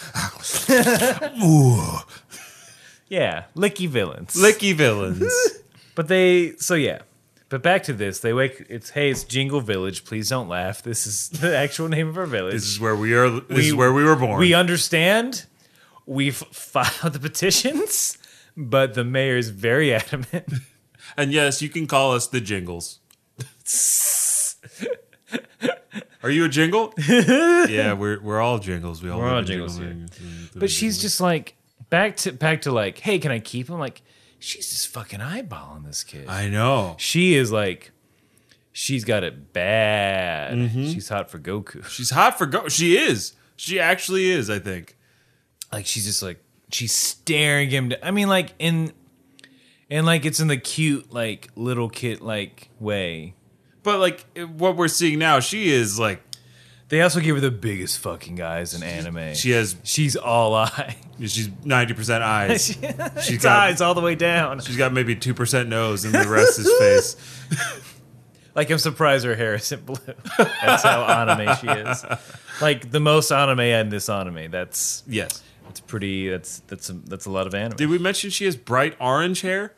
Speaker 1: Yeah, licky villains.
Speaker 2: Licky villains.
Speaker 1: But they, so yeah. But back to this, they wake. It's hey, it's Jingle Village. Please don't laugh. This is the actual name of our village.
Speaker 2: this is where we are. This is where we were born.
Speaker 1: We understand. We've filed the petitions, but the mayor is very adamant.
Speaker 2: and yes, you can call us the Jingles. Are you a jingle? yeah, we're we're all jingles. We all
Speaker 1: We're
Speaker 2: live
Speaker 1: all
Speaker 2: in
Speaker 1: jingles
Speaker 2: jingle-
Speaker 1: But she's just like back to back to like, hey, can I keep him? Like, she's just fucking eyeballing this kid.
Speaker 2: I know.
Speaker 1: she is like, she's got it bad.
Speaker 2: Mm-hmm.
Speaker 1: She's hot for Goku.
Speaker 2: She's hot for go. She is. She actually is. I think.
Speaker 1: Like she's just like she's staring him. To, I mean, like in and like it's in the cute like little kid like way.
Speaker 2: But like what we're seeing now, she is like
Speaker 1: They also give her the biggest fucking eyes in anime.
Speaker 2: she has.
Speaker 1: she's all eye.
Speaker 2: She's ninety percent eyes.
Speaker 1: she's
Speaker 2: got-
Speaker 1: eyes all the way down.
Speaker 2: She's got maybe two percent nose, and the rest is face.
Speaker 1: Like I'm surprised her hair isn't blue. That's how anime she is. Like the most anime in this anime. That's
Speaker 2: Yes.
Speaker 1: that's pretty. That's that's a, that's a lot of anime.
Speaker 2: Did we mention she has bright orange hair?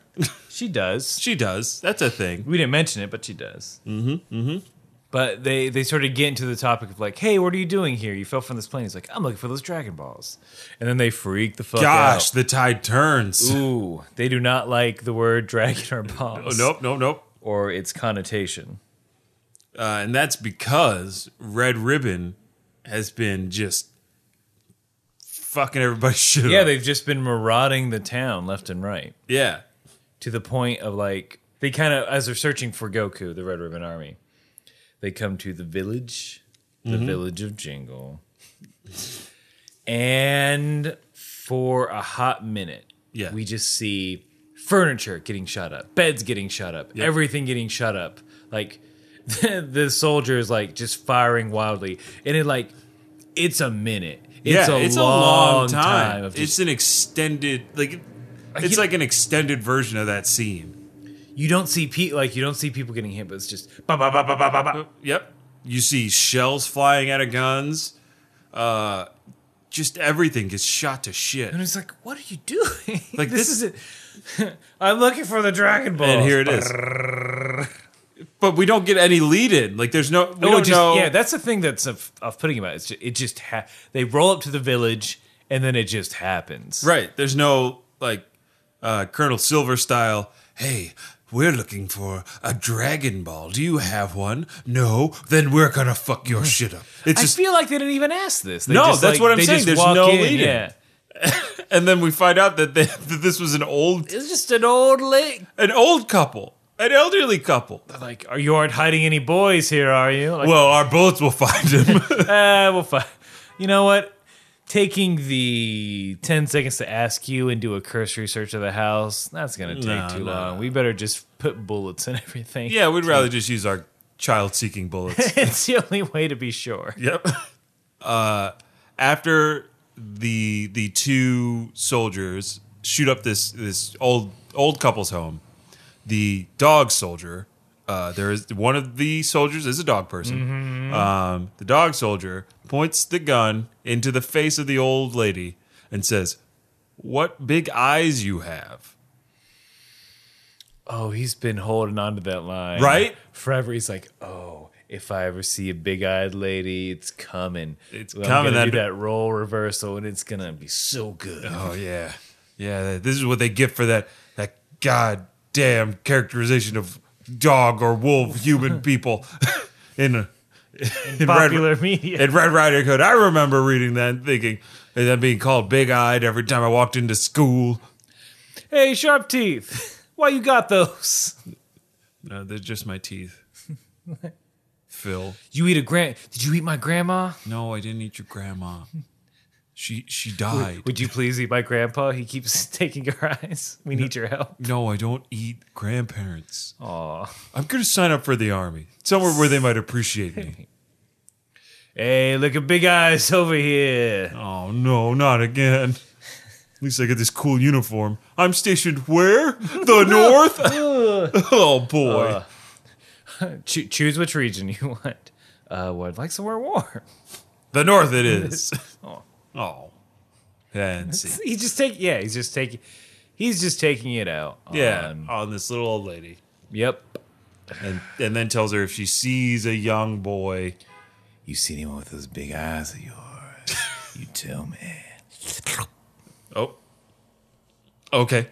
Speaker 1: She does.
Speaker 2: She does. That's a thing.
Speaker 1: We didn't mention it, but she does. Mm-hmm. Mm-hmm. But they they sort of get into the topic of like, hey, what are you doing here? You fell from this plane. He's like, I'm looking for those Dragon Balls. And then they freak the fuck
Speaker 2: Gosh,
Speaker 1: out.
Speaker 2: the tide turns.
Speaker 1: Ooh, they do not like the word dragon or balls.
Speaker 2: Oh, nope, nope, nope.
Speaker 1: Or its connotation.
Speaker 2: Uh, and that's because Red Ribbon has been just fucking everybody's shit
Speaker 1: Yeah,
Speaker 2: up.
Speaker 1: they've just been marauding the town left and right.
Speaker 2: yeah.
Speaker 1: to the point of like they kind of as they're searching for Goku, the Red Ribbon Army, they come to the village, the
Speaker 2: Mm-hmm.
Speaker 1: village of Jingle, and for a hot minute,
Speaker 2: Yeah.
Speaker 1: we just see furniture getting shot up, beds getting shot up, everything getting shot up, like. The, the soldier is like just firing wildly, and it like it's a minute. It's,
Speaker 2: yeah,
Speaker 1: a,
Speaker 2: it's
Speaker 1: long time. of
Speaker 2: it's
Speaker 1: just
Speaker 2: an extended, like,
Speaker 1: you-
Speaker 2: it's like an extended version of that scene.
Speaker 1: you don't see pe- like you don't see people getting hit, but it's just ba ba ba ba ba ba ba.
Speaker 2: Yep. You see shells flying out of guns. Uh, just everything gets shot to shit.
Speaker 1: And it's like, what are you doing?
Speaker 2: Like,
Speaker 1: this,
Speaker 2: this-
Speaker 1: is it. I'm looking for the Dragon Ball.
Speaker 2: and here it is. But we don't get any lead in. Like there's no we
Speaker 1: Oh,
Speaker 2: don't
Speaker 1: just-
Speaker 2: know.
Speaker 1: Yeah, that's the thing that's off, putting about. It. It's just, it just ha- they roll up to the village and then it just happens.
Speaker 2: right. There's no like uh, Colonel Silver style. Hey, we're looking for a Dragon Ball. Do you have one? No. Then we're gonna fuck your shit up. It's
Speaker 1: I
Speaker 2: just
Speaker 1: feel like they didn't even ask this. They
Speaker 2: No,
Speaker 1: just,
Speaker 2: that's
Speaker 1: like-
Speaker 2: what I'm
Speaker 1: they
Speaker 2: saying.
Speaker 1: just
Speaker 2: There's
Speaker 1: walk
Speaker 2: no
Speaker 1: in,
Speaker 2: lead-in.
Speaker 1: Yeah.
Speaker 2: and then we find out that, they, that this was an old
Speaker 1: It's just an old lake.
Speaker 2: an old couple, an elderly couple.
Speaker 1: Like, are you aren't hiding any boys here, are you? Like,
Speaker 2: Well, our bullets will find him.
Speaker 1: uh, we'll find. You know what? Taking the 10 seconds to ask you and do a cursory search of the house, that's going to take
Speaker 2: No,
Speaker 1: too
Speaker 2: no,
Speaker 1: long. We better just put bullets in everything.
Speaker 2: yeah, we'd rather just use our child-seeking bullets.
Speaker 1: it's the only way to be sure.
Speaker 2: Yep. Uh, after the the two soldiers shoot up this this old old couple's home, the dog soldier. Uh, there is one of the soldiers is a dog person. Um, the dog soldier points the gun into the face of the old lady and says, "What big eyes you have!"
Speaker 1: Oh, he's been holding on to that line.
Speaker 2: Right?
Speaker 1: Forever. He's like, oh, if I ever see a big eyed lady, it's coming.
Speaker 2: It's
Speaker 1: I'm
Speaker 2: coming,
Speaker 1: gonna do
Speaker 2: that-
Speaker 1: that role reversal, and it's going to be so good.
Speaker 2: Oh yeah, yeah. This is what they get for that that goddamn characterization of dog or wolf human people in a, in
Speaker 1: Popular
Speaker 2: Red,
Speaker 1: media.
Speaker 2: in Red Rider Hood. I remember reading that and thinking and then being called big eyed every time I walked into school.
Speaker 1: hey, sharp teeth. Why you got those?
Speaker 2: No, they're just my teeth. Phil,
Speaker 1: You eat a grand? Did you eat my grandma?
Speaker 2: no, I didn't eat your grandma. She she died.
Speaker 1: Would you please eat my grandpa? He keeps taking your eyes. We need your help.
Speaker 2: No, I don't eat grandparents.
Speaker 1: Aw.
Speaker 2: I'm gonna sign up for the army somewhere where they might appreciate me.
Speaker 1: Hey, look at Big Eyes over here.
Speaker 2: Oh no, not again. At least I get this cool uniform. I'm stationed where? The north? oh boy.
Speaker 1: Cho- choose which region you want. Uh, what like somewhere warm?
Speaker 2: the north it is.
Speaker 1: Oh.
Speaker 2: oh. And see.
Speaker 1: He just take yeah. He's just taking. He's just taking it out.
Speaker 2: Yeah,
Speaker 1: on-
Speaker 2: on this little old lady.
Speaker 1: yep.
Speaker 2: And and then tells her if she sees a young boy.
Speaker 1: You seen anyone with those big eyes of yours? you tell me.
Speaker 2: Oh. Okay.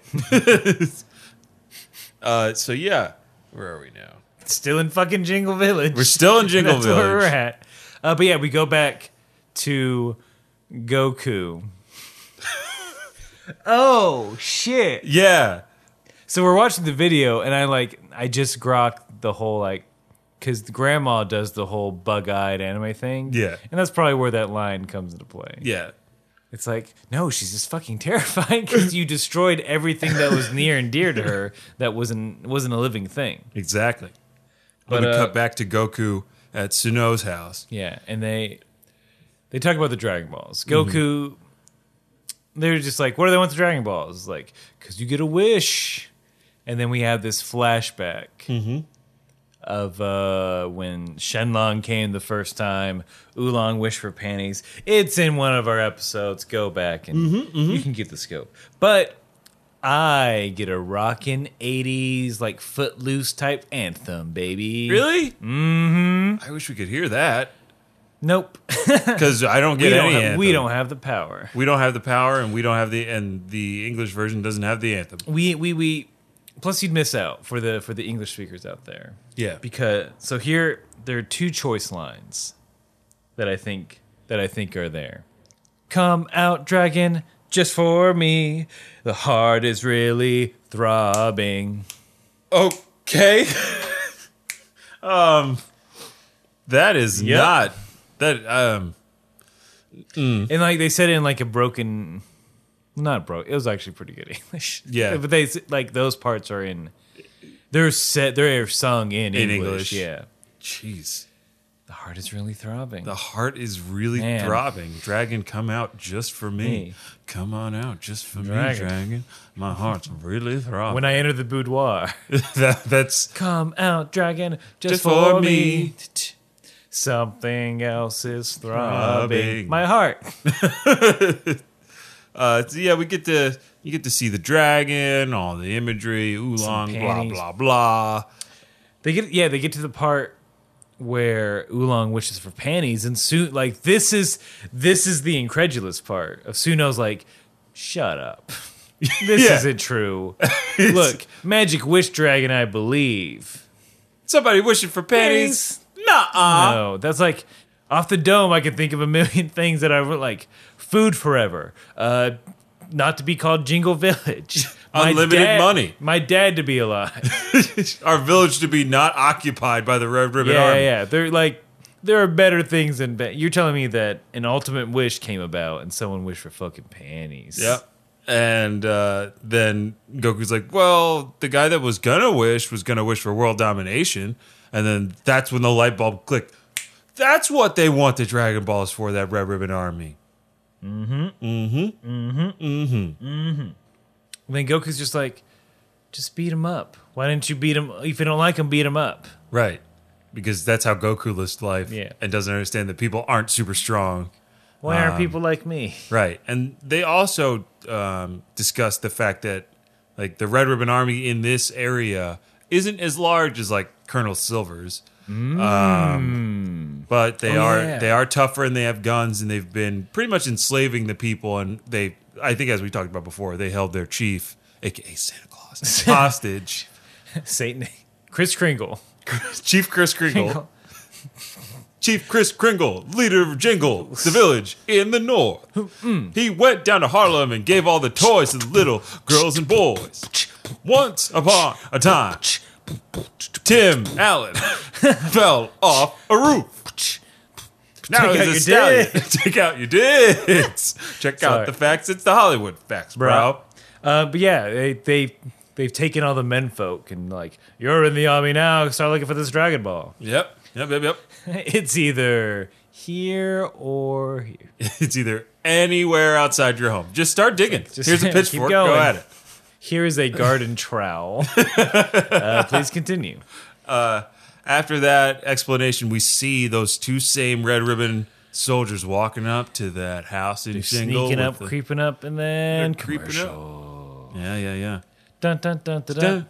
Speaker 2: uh so yeah. Where are we now?
Speaker 1: Still in fucking Jingle Village.
Speaker 2: We're still in Jingle
Speaker 1: That's
Speaker 2: Village.
Speaker 1: where we're at. Uh, but yeah, we go back to Goku. oh shit!
Speaker 2: Yeah.
Speaker 1: So we're watching the video, and I like I just grok the whole like because Grandma does the whole bug-eyed anime thing.
Speaker 2: Yeah.
Speaker 1: and that's probably where that line comes into play.
Speaker 2: Yeah.
Speaker 1: It's like no, she's just fucking terrified because you destroyed everything that was near and dear to her that wasn't wasn't a living thing.
Speaker 2: Exactly. But,
Speaker 1: But,
Speaker 2: we
Speaker 1: uh,
Speaker 2: cut back to Goku at Suno's house.
Speaker 1: Yeah, and they they talk about the Dragon Balls. Goku, they're just like, what do they want the Dragon Balls? Like, because you get a wish. And then we have this flashback Mm-hmm. of uh, when Shenlong came the first time. Oolong wished for panties. It's in one of our episodes. Go back and you can get the scope. But I get a rockin' 80s, like footloose type anthem, baby.
Speaker 2: Really? Mm-hmm. I wish we could hear that
Speaker 1: Nope.
Speaker 2: because I don't
Speaker 1: we,
Speaker 2: get
Speaker 1: don't
Speaker 2: any.
Speaker 1: have, we
Speaker 2: anthem.
Speaker 1: don't have the power.
Speaker 2: We don't have the power, and we don't have the and the English version doesn't have the anthem.
Speaker 1: we we we plus you'd miss out for the for the english speakers out there
Speaker 2: Yeah.
Speaker 1: because so here there are two choice lines that i think that i think are there come out dragon just for me the heart is really throbbing
Speaker 2: Okay. um, that is
Speaker 1: Yep.
Speaker 2: not that. Um,
Speaker 1: and like they said it in like a broken not broke it was actually pretty good english
Speaker 2: Yeah.
Speaker 1: but they s- like those parts are in they're set they're sung in,
Speaker 2: In English.
Speaker 1: english. yeah
Speaker 2: jeez,
Speaker 1: the heart is really throbbing
Speaker 2: the heart is really
Speaker 1: Man.
Speaker 2: throbbing. Dragon, come out just for me.
Speaker 1: Me.
Speaker 2: Come on out just for
Speaker 1: Dragon.
Speaker 2: me, dragon. My heart's really throbbing.
Speaker 1: when i enter the boudoir
Speaker 2: that, that's
Speaker 1: Come out, dragon, just,
Speaker 2: Just
Speaker 1: for,
Speaker 2: for
Speaker 1: me.
Speaker 2: me.
Speaker 1: Something else is
Speaker 2: Throbbing.
Speaker 1: throbbing. My heart.
Speaker 2: uh, it's- yeah. We get to you get to see the dragon, all the imagery, oolong, blah
Speaker 1: panties.
Speaker 2: blah blah.
Speaker 1: They get yeah, they get to the part where Oolong wishes for panties, and Su like this is this is the incredulous part of Suno's like, shut up. This
Speaker 2: Yeah.
Speaker 1: isn't true. Look, magic wish dragon, I believe.
Speaker 2: Somebody wishing for panties. Nuh-uh.
Speaker 1: No, that's like off the dome. I can think of a million things that I would like. Food forever. Uh, not to be called Jingle Village. My
Speaker 2: Unlimited
Speaker 1: dad-
Speaker 2: money.
Speaker 1: My dad to be alive.
Speaker 2: Our village to be not occupied by the Red Ribbon
Speaker 1: yeah,
Speaker 2: Army.
Speaker 1: yeah. They're like there are better things than. Ba- You're telling me that an ultimate wish came about and someone wished for fucking panties.
Speaker 2: Yep. And uh, then Goku's like, well, the guy that was gonna wish was gonna wish for world domination. And then that's when the light bulb clicked. That's what they want the Dragon Balls for, that Red Ribbon Army.
Speaker 1: And then Goku's just like, just beat him up. Why didn't you beat him? If you don't like him, beat him up.
Speaker 2: Right. Because that's how Goku lives life
Speaker 1: Yeah.
Speaker 2: and doesn't understand that people aren't super strong.
Speaker 1: Why
Speaker 2: Um.
Speaker 1: aren't people like me?
Speaker 2: Right. And they also um, discussed the fact that like the Red Ribbon Army in this area isn't as large as like Colonel Silver's. Um, but they
Speaker 1: Mm. Oh,
Speaker 2: are
Speaker 1: yeah.
Speaker 2: they are tougher and they have guns and they've been pretty much enslaving the people and they I think as we talked about before, they held their chief, aka Santa Claus, hostage.
Speaker 1: Satan, Chris Kringle.
Speaker 2: Chief Chris Kringle. Chief Chris Kringle, leader of Jingle, the village in the north.
Speaker 1: hmm.
Speaker 2: He went down to Harlem and gave all the toys to the little girls and boys. Once upon a time, Tim Allen fell off a roof. Now
Speaker 1: Take out
Speaker 2: he's
Speaker 1: your
Speaker 2: a stallion. Take out your dicks. Check
Speaker 1: Sorry.
Speaker 2: out the facts. It's the Hollywood facts, bro.
Speaker 1: bro. Uh, but yeah, they they they've taken all the men folk and like you're in the army now. Start looking for this Dragon Ball.
Speaker 2: Yep. Yep, yep, yep.
Speaker 1: it's either here or here.
Speaker 2: It's either anywhere outside your home. Just start digging.
Speaker 1: Just
Speaker 2: Here's a
Speaker 1: keep
Speaker 2: pitchfork. Go
Speaker 1: going.
Speaker 2: at it.
Speaker 1: Here is a garden trowel. uh, please continue.
Speaker 2: After that explanation, we see those two same red ribbon soldiers walking up to that house in Shingle.
Speaker 1: Sneaking
Speaker 2: with
Speaker 1: up,
Speaker 2: the-
Speaker 1: creeping up, and then
Speaker 2: creeping up.
Speaker 1: commercial.
Speaker 2: Yeah, yeah, yeah.
Speaker 1: Dun, dun, dun, dun, dun.
Speaker 2: Dun,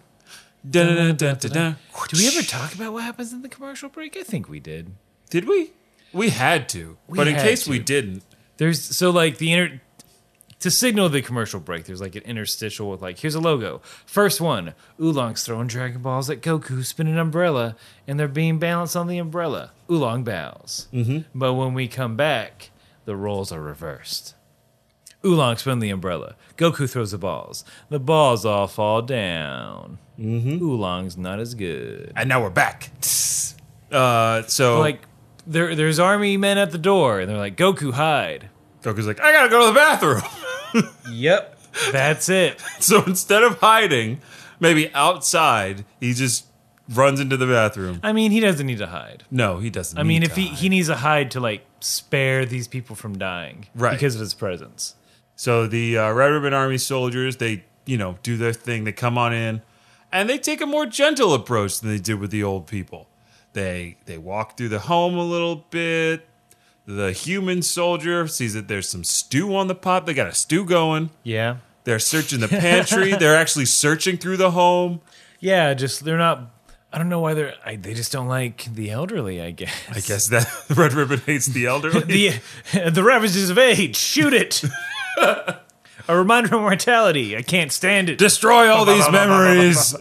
Speaker 2: dun, dun, dun, dun, dun.
Speaker 1: Did we ever talk about what happens in the commercial break? I think we did.
Speaker 2: Did we? We had to, but in
Speaker 1: had
Speaker 2: case
Speaker 1: to.
Speaker 2: we didn't,
Speaker 1: There's so like the inter to signal the commercial break. There's like an interstitial with like, here's a logo. First one, Oolong's throwing Dragon Balls at Goku, spinning an umbrella, and they're being balanced on the umbrella. Oolong bows. Mm-hmm. But when we come back, the roles are reversed. Oolong spins the umbrella. Goku throws the balls. The balls all fall down. Mm-hmm. Oolong's not as good.
Speaker 2: And now we're back. Uh, so
Speaker 1: Like, there, there's army men at the door, and they're like, Goku, hide.
Speaker 2: Goku's like, I gotta go to the bathroom.
Speaker 1: Yep. That's it.
Speaker 2: so instead of hiding, maybe outside, he just runs into the bathroom.
Speaker 1: I mean, he doesn't need to hide.
Speaker 2: No, he doesn't.
Speaker 1: I mean, if he, he needs a hide to like spare these people from dying,
Speaker 2: Right.
Speaker 1: Because of his presence.
Speaker 2: so the uh, Red Ribbon Army soldiers, they you know do their thing. They come on in, and they take a more gentle approach than they did with the old people. They they walk through the home a little bit. The human soldier sees that there's some stew on the pot. They got a stew going.
Speaker 1: Yeah,
Speaker 2: They're searching the pantry. They're actually searching through the home.
Speaker 1: yeah. Just they're not. I don't know why they're. I, they just don't like the elderly. I guess.
Speaker 2: I guess that Red Ribbon hates the elderly.
Speaker 1: the the ravages of age. Shoot it. a reminder of mortality. I can't stand it.
Speaker 2: destroy all these memories.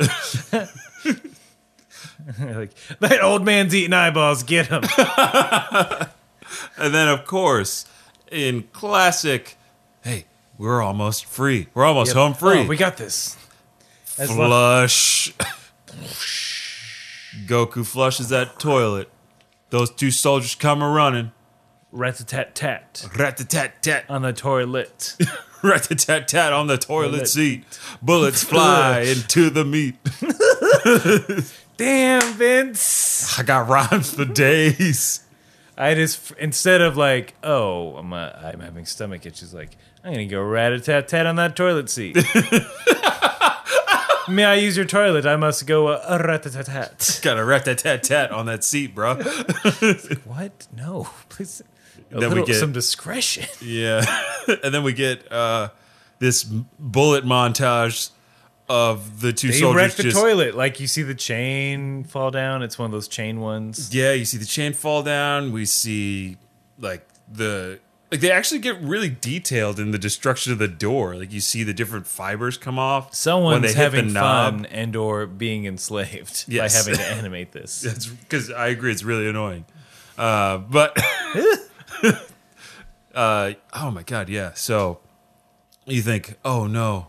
Speaker 1: like that old man's eating eyeballs. Get him.
Speaker 2: and then, of course, in classic, hey, we're almost free. We're almost home free.
Speaker 1: Oh, we got this. As long-
Speaker 2: Flush. Goku flushes that toilet. Those two soldiers come a running.
Speaker 1: rat-a-tat-tat
Speaker 2: Rat a tat tat.
Speaker 1: on the toilet.
Speaker 2: Rat a tat tat on the toilet
Speaker 1: Bullet.
Speaker 2: seat. Bullets fly into the meat.
Speaker 1: Damn, Vince.
Speaker 2: I got rhymes for days.
Speaker 1: I just instead of like, oh, I'm uh, I'm having stomach issues. Like, I'm gonna go rat a tat tat on that toilet seat. May I use your toilet? I must go uh, rat a tat tat.
Speaker 2: Got a rat a tat tat on that seat, bro.
Speaker 1: What? No, please. A
Speaker 2: Then we
Speaker 1: little,
Speaker 2: get-
Speaker 1: some discretion.
Speaker 2: Yeah. and then we get uh, this m- bullet montage of the two
Speaker 1: They
Speaker 2: soldiers
Speaker 1: wrecked the
Speaker 2: just
Speaker 1: toilet. Like you see the chain fall down. It's one of those chain ones.
Speaker 2: Yeah, you see the chain fall down, we see like the like they actually get really detailed in the destruction of the door. Like you see the different fibers come off.
Speaker 1: Someone's
Speaker 2: they hit the
Speaker 1: having
Speaker 2: knob.
Speaker 1: fun and or being enslaved
Speaker 2: Yes.
Speaker 1: by having to animate this.
Speaker 2: That's because I agree, it's really annoying. Uh, but uh, oh my god, yeah. So you think, oh no,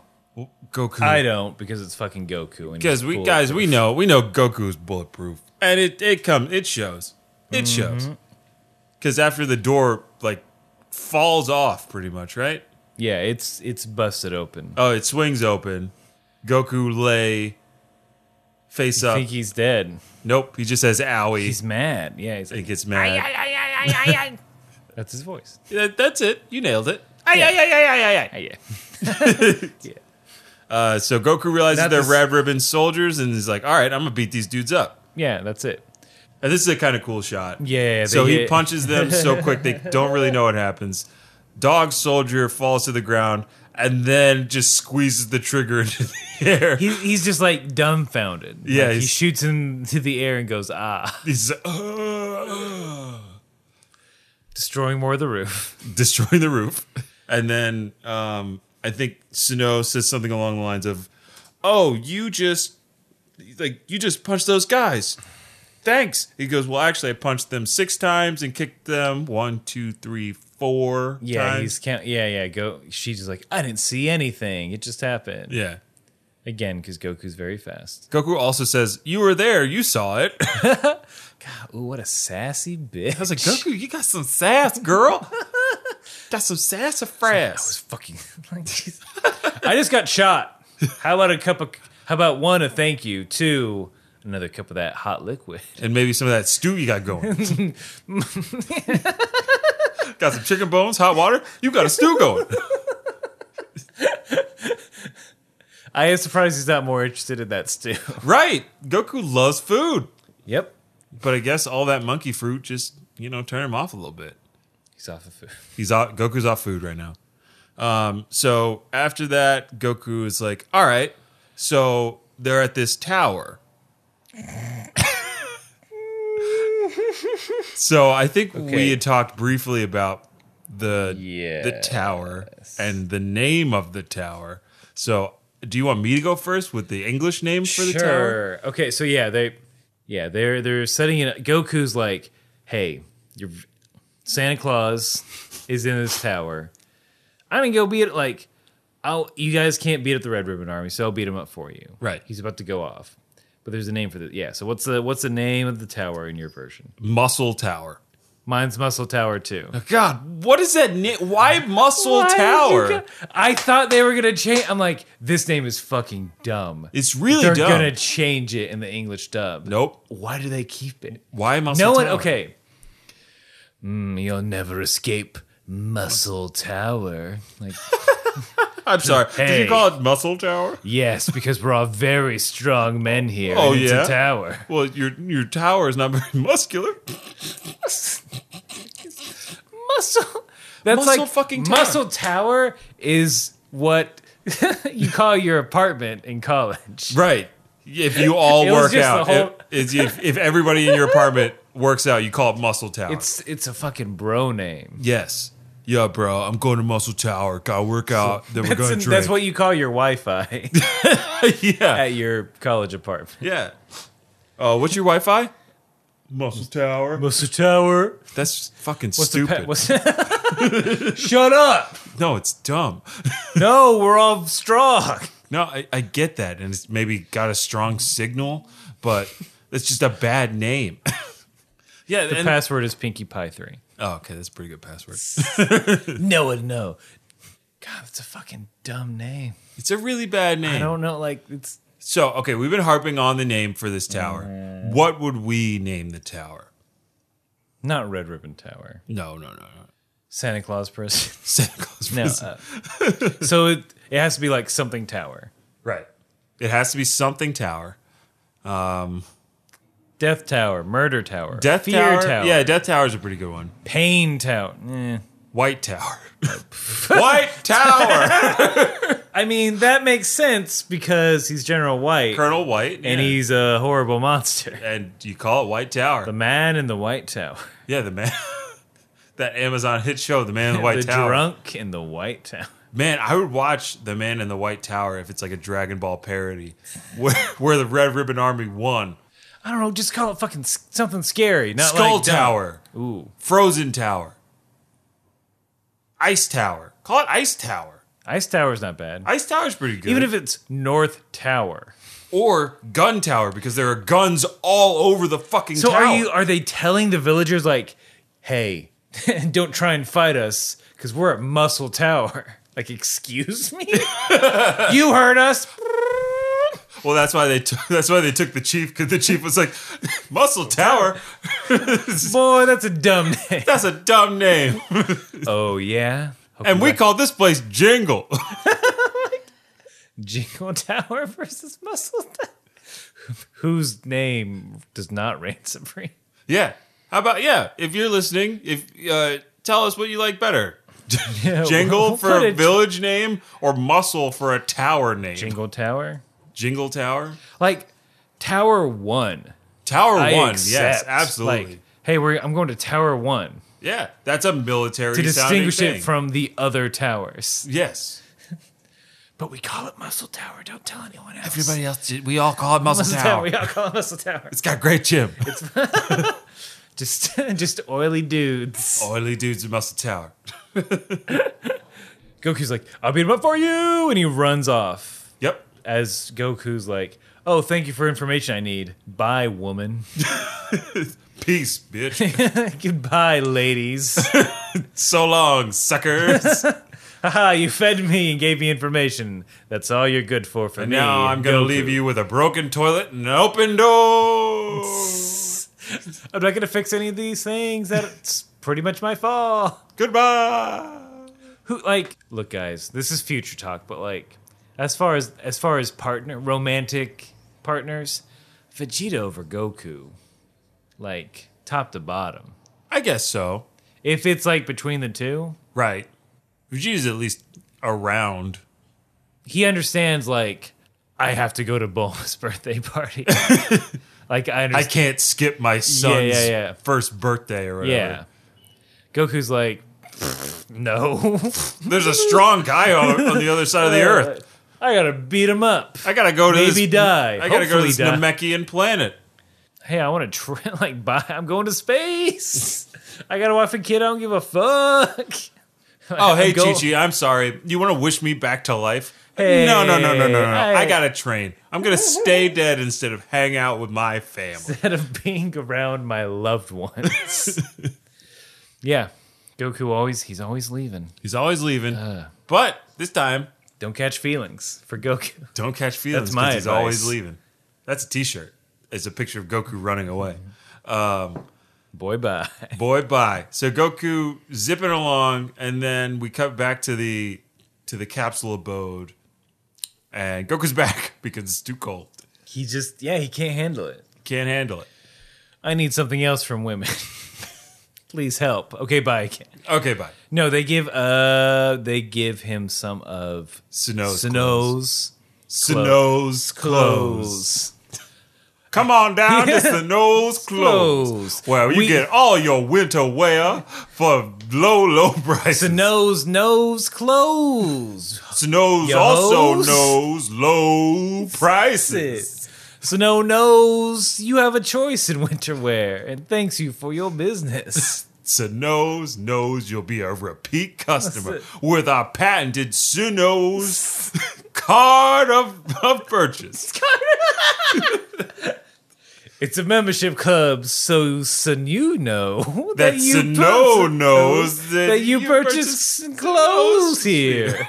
Speaker 2: Goku.
Speaker 1: I don't because it's fucking Goku. and
Speaker 2: Because
Speaker 1: he's
Speaker 2: we
Speaker 1: full
Speaker 2: guys,
Speaker 1: of-
Speaker 2: we know we know Goku's bulletproof, and it it comes it shows
Speaker 1: Mm-hmm.
Speaker 2: it shows. Because after the door like falls off, pretty much right.
Speaker 1: yeah, it's it's busted open.
Speaker 2: Oh, it swings open. Goku lay face
Speaker 1: I
Speaker 2: up.
Speaker 1: think he's dead.
Speaker 2: nope, he just says "owie."
Speaker 1: He's mad. Yeah, he's
Speaker 2: and
Speaker 1: like,
Speaker 2: gets mad.
Speaker 1: that's his voice.
Speaker 2: That- that's it. You nailed it.
Speaker 1: Yeah. yeah.
Speaker 2: Uh, so Goku realizes
Speaker 1: Not
Speaker 2: they're
Speaker 1: this-
Speaker 2: Red Ribbon soldiers, and he's like, "All right, I'm gonna beat these dudes up."
Speaker 1: Yeah, that's it.
Speaker 2: And this is a kind of cool shot.
Speaker 1: Yeah,
Speaker 2: So
Speaker 1: they
Speaker 2: he
Speaker 1: get-
Speaker 2: punches them so quick they don't really know what happens. Dog soldier falls to the ground and then just squeezes the trigger into the air.
Speaker 1: He, he's just like dumbfounded.
Speaker 2: Yeah,
Speaker 1: Like, he
Speaker 2: he's-
Speaker 1: shoots into the air and goes, ah,
Speaker 2: He's uh, like, "Ugh,"
Speaker 1: destroying more of the roof.
Speaker 2: destroying the roof. And then um, I think Snow says something along the lines of, "Oh, you just like you just punched those guys." Thanks. He goes, "Well, actually, I punched them six times and kicked them one, two, three, four
Speaker 1: Yeah,
Speaker 2: times."
Speaker 1: he's count. Yeah, yeah. Go. She's just like, I didn't see anything. It just happened
Speaker 2: yeah.
Speaker 1: again because Goku's very fast.
Speaker 2: Goku also says, "You were there. You saw it." I
Speaker 1: Ooh, what a sassy bitch! I
Speaker 2: was like, "Goku, you got some sass, girl. got some sassafras."
Speaker 1: fucking. like, she's- I just got shot. How about a cup of? How about one? A thank you. Two. Another cup of that hot liquid.
Speaker 2: And maybe some of that stew you got going. got some chicken bones, hot water. You got a stew going.
Speaker 1: I am surprised he's not more interested in that stew.
Speaker 2: right. Goku loves food,
Speaker 1: Yep.
Speaker 2: but I guess all that monkey fruit just you know turned him off a little bit.
Speaker 1: He's off the food.
Speaker 2: He's off, Goku's off food right now. Um, so after that, Goku is like, "All right, so they're at this tower." so I think we
Speaker 1: Okay.
Speaker 2: had talked briefly about the the tower and the name of the tower. So, do you want me to go first with the English name for the tower?
Speaker 1: sure. Okay, so yeah, they yeah, they're they're setting it Goku's like, "Hey, you're Santa Claus is in this tower. I'm going to go beat it like I'll you guys can't beat up the Red Ribbon Army, so I'll beat him up for you."
Speaker 2: Right.
Speaker 1: He's about to go off. But there's a name for the yeah. So what's the what's the name of the tower in your version?
Speaker 2: Muscle Tower.
Speaker 1: Mine's Muscle Tower too.
Speaker 2: God, what is that? Ni- Why Muscle
Speaker 1: Why would you
Speaker 2: Tower?
Speaker 1: go- I thought they were gonna change. I'm like, this name is fucking dumb.
Speaker 2: it's really
Speaker 1: They're
Speaker 2: dumb.
Speaker 1: gonna change it in the English dub.
Speaker 2: nope.
Speaker 1: Why do they keep it?
Speaker 2: Why Muscle
Speaker 1: No
Speaker 2: Tower?
Speaker 1: one. Okay. Mm, you'll never escape Muscle Tower. Like,
Speaker 2: I'm sorry. Did
Speaker 1: Hey.
Speaker 2: you call it Muscle Tower?
Speaker 1: yes, because we're all very strong men here.
Speaker 2: Oh,
Speaker 1: and
Speaker 2: yeah?
Speaker 1: It's a tower.
Speaker 2: Well, your your tower is not very muscular.
Speaker 1: Muscle. That's
Speaker 2: Muscle
Speaker 1: like
Speaker 2: fucking tower.
Speaker 1: Muscle Tower is what you call your apartment in college.
Speaker 2: Right. If you all
Speaker 1: It was
Speaker 2: work
Speaker 1: just
Speaker 2: out,
Speaker 1: the whole-
Speaker 2: if, if, if everybody in your apartment works out, you call it Muscle Tower.
Speaker 1: It's it's a fucking bro name.
Speaker 2: yes. Yeah, bro. I'm going to Muscle Tower. Got to work out. Then we're
Speaker 1: That's,
Speaker 2: going
Speaker 1: an-
Speaker 2: to drink.
Speaker 1: that's what you call your Wi-Fi
Speaker 2: yeah.
Speaker 1: at your college apartment.
Speaker 2: Yeah. Uh, what's your Wi-Fi? Muscle Tower.
Speaker 1: Muscle Tower.
Speaker 2: That's just fucking
Speaker 1: What's the
Speaker 2: stupid.
Speaker 1: pet? What's Shut up!
Speaker 2: no, it's dumb.
Speaker 1: No, we're all strong.
Speaker 2: No, I, I get that, and it's maybe got a strong signal, but it's just a bad name. yeah.
Speaker 1: The
Speaker 2: and-
Speaker 1: password is Pinkie Pie Three.
Speaker 2: oh, okay. That's a pretty good password.
Speaker 1: No one no. God, that's a fucking dumb name.
Speaker 2: It's a really bad name.
Speaker 1: I don't know. Like it's
Speaker 2: So, okay, we've been harping on the name for this tower.
Speaker 1: Mm.
Speaker 2: What would we name the tower?
Speaker 1: not Red Ribbon Tower.
Speaker 2: No, no, no, no.
Speaker 1: Santa Claus person.
Speaker 2: Santa Claus.
Speaker 1: No.
Speaker 2: Prison.
Speaker 1: Uh, so it it has to be like something Tower,
Speaker 2: Right. It has to be something tower.
Speaker 1: Death Tower, Murder Tower,
Speaker 2: Death
Speaker 1: Fear
Speaker 2: tower.
Speaker 1: Tower,
Speaker 2: Yeah, Death Tower is a pretty good one.
Speaker 1: Pain Tower. Eh.
Speaker 2: White Tower. White Tower.
Speaker 1: I mean that makes sense because he's General White
Speaker 2: Colonel White.
Speaker 1: and
Speaker 2: yeah.
Speaker 1: he's a horrible monster.
Speaker 2: and you call it White Tower.
Speaker 1: The man in the White Tower.
Speaker 2: yeah, the man. that Amazon hit show, The Man in the White
Speaker 1: the
Speaker 2: Tower.
Speaker 1: drunk in the White Tower.
Speaker 2: Man, I would watch The Man in the White Tower if it's like a Dragon Ball parody, where where the Red Ribbon Army won.
Speaker 1: I don't know. Just call it fucking s- something scary. Not
Speaker 2: Skull
Speaker 1: like dumb.
Speaker 2: Tower.
Speaker 1: Ooh,
Speaker 2: Frozen Tower. Ice Tower. Call it Ice Tower.
Speaker 1: Ice Tower's not bad.
Speaker 2: Ice Tower's pretty good.
Speaker 1: Even if it's North Tower.
Speaker 2: or Gun Tower because there are guns all over the fucking
Speaker 1: So
Speaker 2: tower.
Speaker 1: are you? Are they telling the villagers like, "Hey, don't try and fight us because we're at Muscle Tower." Like, excuse me? you heard us.
Speaker 2: well, that's why they took that's why they took the chief because the chief was like Muscle Tower.
Speaker 1: Boy, that's a dumb name.
Speaker 2: That's a dumb name,
Speaker 1: oh, yeah? Hope
Speaker 2: and
Speaker 1: you
Speaker 2: we
Speaker 1: like
Speaker 2: call this place Jingle.
Speaker 1: Jingle Tower versus Muscle Tower. Whose name does not reign supreme?
Speaker 2: yeah. How about yeah? If you're listening, if uh, tell us what you like better,
Speaker 1: Yeah,
Speaker 2: Jingle
Speaker 1: we'll
Speaker 2: for
Speaker 1: put
Speaker 2: a
Speaker 1: it-
Speaker 2: village name or Muscle for a tower name?
Speaker 1: Jingle Tower?
Speaker 2: Jingle Tower,
Speaker 1: like Tower One.
Speaker 2: Tower
Speaker 1: I
Speaker 2: One. Yes,
Speaker 1: accept.
Speaker 2: absolutely.
Speaker 1: Like, hey, we're I'm going to Tower One
Speaker 2: Yeah, that's a military
Speaker 1: to distinguish
Speaker 2: sounding
Speaker 1: it
Speaker 2: thing.
Speaker 1: from the other towers.
Speaker 2: Yes,
Speaker 1: But we call it Muscle Tower. Don't tell anyone else.
Speaker 2: else. We all call it Muscle,
Speaker 1: Muscle Tower. We all call it Muscle Tower.
Speaker 2: It's got great gym.
Speaker 1: Just just oily dudes.
Speaker 2: Oily dudes in Muscle Tower.
Speaker 1: Goku's like, I'll beat him up for you, and he runs off.
Speaker 2: Yep.
Speaker 1: As Goku's like, Oh, thank you for information I need. Bye, woman.
Speaker 2: Peace, bitch.
Speaker 1: Goodbye, ladies.
Speaker 2: so long, suckers.
Speaker 1: Haha, you fed me and gave me information. That's all you're good for for me.
Speaker 2: now I'm gonna
Speaker 1: Goku.
Speaker 2: leave you with a broken toilet and an open door.
Speaker 1: I'm not going to fix any of these things. That's pretty much my fault.
Speaker 2: Goodbye.
Speaker 1: Who like look guys, this is future talk, but like as far as as far as partner romantic partners, Vegeta over Goku. Like top to bottom.
Speaker 2: I guess so.
Speaker 1: If it's like between the two,
Speaker 2: Right. Vegeta's at least around.
Speaker 1: he understands like I have to go to Bulma's birthday party. like I
Speaker 2: I
Speaker 1: understand
Speaker 2: can't skip my son's
Speaker 1: yeah, yeah.
Speaker 2: first birthday or whatever.
Speaker 1: Yeah. Goku's like, No.
Speaker 2: There's a strong guy on, on the other side of the earth.
Speaker 1: I gotta beat him up.
Speaker 2: I gotta go to
Speaker 1: Uh, Maybe
Speaker 2: this,
Speaker 1: die.
Speaker 2: I gotta go to
Speaker 1: Hopefully
Speaker 2: this
Speaker 1: die.
Speaker 2: Namekian planet.
Speaker 1: Hey, I want to try, like buy. I'm going to space. I got a wife and kid. I don't give a fuck.
Speaker 2: Oh, hey,
Speaker 1: go-
Speaker 2: Chi Chi, I'm sorry. You want to wish me back to life? no, no, no, no, no, no. no.
Speaker 1: Hey,
Speaker 2: I
Speaker 1: hey.
Speaker 2: got to train. I'm going to stay dead instead of hang out with my family.
Speaker 1: Instead of being around my loved ones. yeah, Goku always. He's always leaving.
Speaker 2: He's always leaving.
Speaker 1: Uh.
Speaker 2: but this time,
Speaker 1: Don't catch feelings for Goku.
Speaker 2: don't catch feelings
Speaker 1: That's my
Speaker 2: because he's
Speaker 1: advice.
Speaker 2: always leaving. That's a t shirt. It's a picture of Goku running away.
Speaker 1: Boy, bye.
Speaker 2: Boy, bye. So Goku zipping along, and then we cut back to the to the capsule abode, and Goku's back because it's too cold.
Speaker 1: He just. Yeah, he can't handle it.
Speaker 2: Can't handle it.
Speaker 1: I need something else from women. Please help. Okay, bye. I can't.
Speaker 2: Okay, bye.
Speaker 1: No, they give uh they give him some of
Speaker 2: Sinnoh's
Speaker 1: Sinnoh's
Speaker 2: Sinnoh's clothes. Come on down to Sinnoh's clothes,
Speaker 1: Clothes.
Speaker 2: where you
Speaker 1: We-
Speaker 2: get all your winter wear for low, low prices.
Speaker 1: Sinnoh's nose clothes.
Speaker 2: Sinnoh's
Speaker 1: Yo.
Speaker 2: also knows low prices.
Speaker 1: Sit. Snow knows you have a choice in winter wear and thanks you for your business.
Speaker 2: Sunos knows you'll be a repeat customer
Speaker 1: That's
Speaker 2: with our patented Sunos card of, of purchase.
Speaker 1: it's a membership club, so Sanu know
Speaker 2: That Snow knows that,
Speaker 1: that you, purchase clothes here.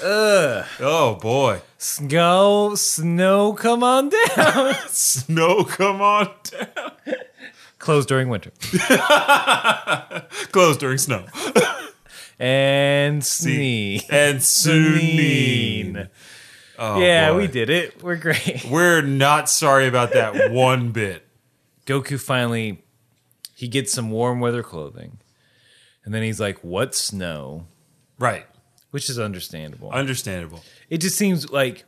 Speaker 2: Oh boy,
Speaker 1: Snow, snow, come on down.
Speaker 2: Snow, come on down.
Speaker 1: Closed during winter.
Speaker 2: Closed during snow.
Speaker 1: And sneeze.
Speaker 2: And Sunin.
Speaker 1: Sunine. yeah,
Speaker 2: boy.
Speaker 1: we did it. We're great.
Speaker 2: We're not sorry about that one bit.
Speaker 1: Goku finally he gets some warm weather clothing. And then he's like, "What snow?"
Speaker 2: Right.
Speaker 1: Which is understandable.
Speaker 2: Understandable.
Speaker 1: It just seems like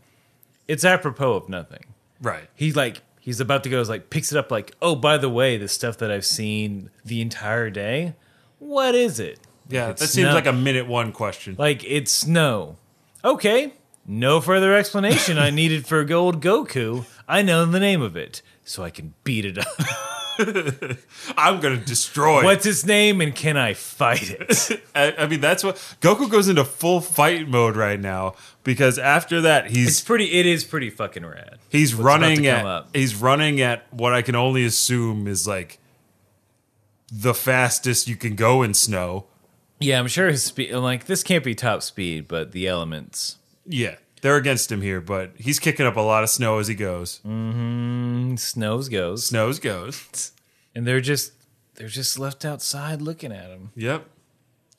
Speaker 1: it's apropos of nothing.
Speaker 2: Right.
Speaker 1: He's like he's about to go is like picks it up like, "Oh, by the way, the stuff that I've seen the entire day, what is it?"
Speaker 2: Yeah, that
Speaker 1: It's
Speaker 2: seems
Speaker 1: not-
Speaker 2: like a minute one question.
Speaker 1: Like it's snow. Okay. No further explanation I needed for Gold Goku. I know the name of it, so I can beat it up.
Speaker 2: I'm going to destroy
Speaker 1: What's its name and can I fight it?
Speaker 2: I, I mean, that's what Goku goes into full fight mode right now because after that
Speaker 1: It's
Speaker 2: he's
Speaker 1: pretty it is pretty fucking rad.
Speaker 2: he's
Speaker 1: about to
Speaker 2: running
Speaker 1: come
Speaker 2: at
Speaker 1: up.
Speaker 2: he's running at what I can only assume is like the fastest you can go in snow.
Speaker 1: Yeah, I'm sure his speed I'm like this can't be top speed, but the elements.
Speaker 2: Yeah, they're against him here, but he's kicking up a lot of snow as he goes.
Speaker 1: Mm. And Mm, snows goes.
Speaker 2: Snows goes.
Speaker 1: And they're just they're just left outside looking at him,
Speaker 2: Yep.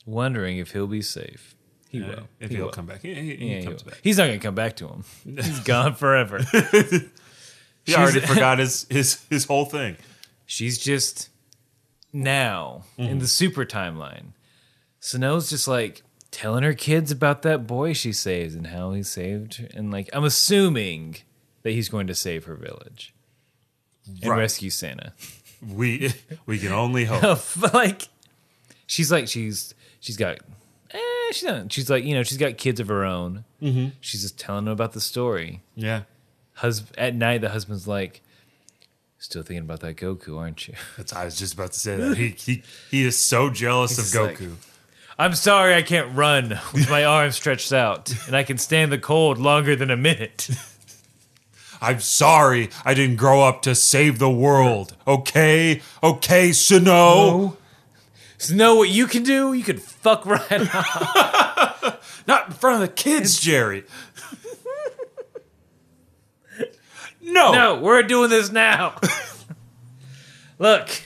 Speaker 1: wondering if he'll be safe. He will.
Speaker 2: If
Speaker 1: he
Speaker 2: he'll
Speaker 1: will.
Speaker 2: come back, he, he- he
Speaker 1: Yeah, he
Speaker 2: comes
Speaker 1: will.
Speaker 2: back.
Speaker 1: He's not gonna come back to him. He's gone forever.
Speaker 2: He already
Speaker 1: She's-
Speaker 2: forgot his his his whole thing.
Speaker 1: She's just now in the super timeline. Sano's just like telling her kids about that boy she saves and how he saved her. And like, I'm assuming that he's going to save her village and
Speaker 2: Right.
Speaker 1: rescue Santa.
Speaker 2: We we can only hope.
Speaker 1: like, she's like, she's, she's got, eh, she's not, she's like, you know, she's got kids of her own. Mm-hmm. She's just telling them about the story.
Speaker 2: Yeah,
Speaker 1: Hus- at night, the husband's like, still thinking about that Goku, aren't you?
Speaker 2: that's I was just about to say that he he he is so jealous
Speaker 1: He's
Speaker 2: of
Speaker 1: just like-
Speaker 2: Goku.
Speaker 1: I'm sorry I can't run with my arms stretched out, and I can stand the cold longer than a minute.
Speaker 2: I'm sorry I didn't grow up to save the world. Okay? Okay, Sano.
Speaker 1: So know what you can do? You can fuck right off.
Speaker 2: Not in front of the kids, Jerry. no.
Speaker 1: No, we're doing this now. Look, you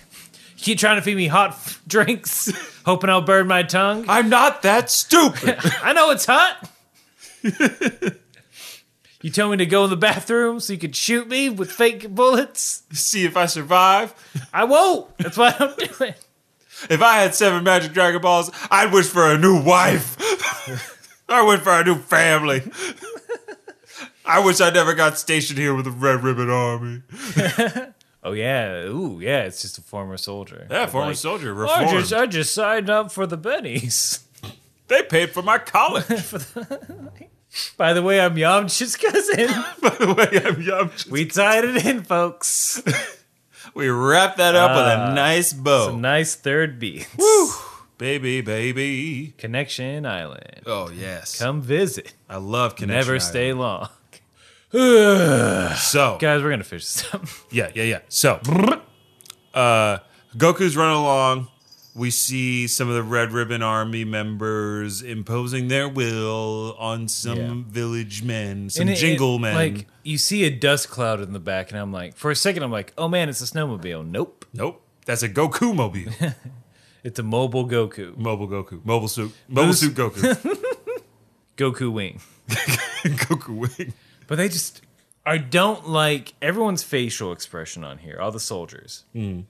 Speaker 1: keep trying to feed me hot f- drinks, hoping I'll burn my tongue.
Speaker 2: I'm not that stupid.
Speaker 1: I know it's hot. you tell me to go in the bathroom so you can shoot me with fake bullets.
Speaker 2: See if I survive.
Speaker 1: I won't. That's why I'm doing. it.
Speaker 2: If I had seven magic dragon balls, I'd wish for a new wife. I wish for a new family. I wish I never got stationed here with the Red Ribbon Army.
Speaker 1: Oh yeah, ooh yeah. It's just a former soldier.
Speaker 2: Yeah,
Speaker 1: But,
Speaker 2: former
Speaker 1: like,
Speaker 2: soldier,
Speaker 1: I
Speaker 2: reformed.
Speaker 1: just I just signed up for the bennies.
Speaker 2: they paid for my college.
Speaker 1: By the way, I'm Yamcha's cousin.
Speaker 2: By the way, I'm, I'm just-
Speaker 1: we tied it in, folks.
Speaker 2: we wrap that up
Speaker 1: Uh,
Speaker 2: with a nice bow,
Speaker 1: Some nice third beats.
Speaker 2: baby, baby.
Speaker 1: Connection Island.
Speaker 2: Oh yes,
Speaker 1: Come visit.
Speaker 2: I love connection.
Speaker 1: Never
Speaker 2: Island.
Speaker 1: stay long.
Speaker 2: So
Speaker 1: Guys, we're gonna finish this up.
Speaker 2: yeah, yeah, yeah. So uh, Goku's running along. We see some of the Red Ribbon Army members imposing their will on some
Speaker 1: Yeah.
Speaker 2: village men, some
Speaker 1: And it-
Speaker 2: jingle
Speaker 1: it-
Speaker 2: men.
Speaker 1: Like you see a dust cloud in the back, and I'm like, for a second, I'm like, oh man, it's a snowmobile. Nope,
Speaker 2: nope, that's a Goku mobile.
Speaker 1: it's a mobile Goku.
Speaker 2: Mobile Goku. Mobile suit. Mobile
Speaker 1: Boost.
Speaker 2: suit Goku.
Speaker 1: Goku wing.
Speaker 2: Goku wing.
Speaker 1: But they just, I don't like everyone's facial expression on here. All the soldiers,
Speaker 2: Hmm.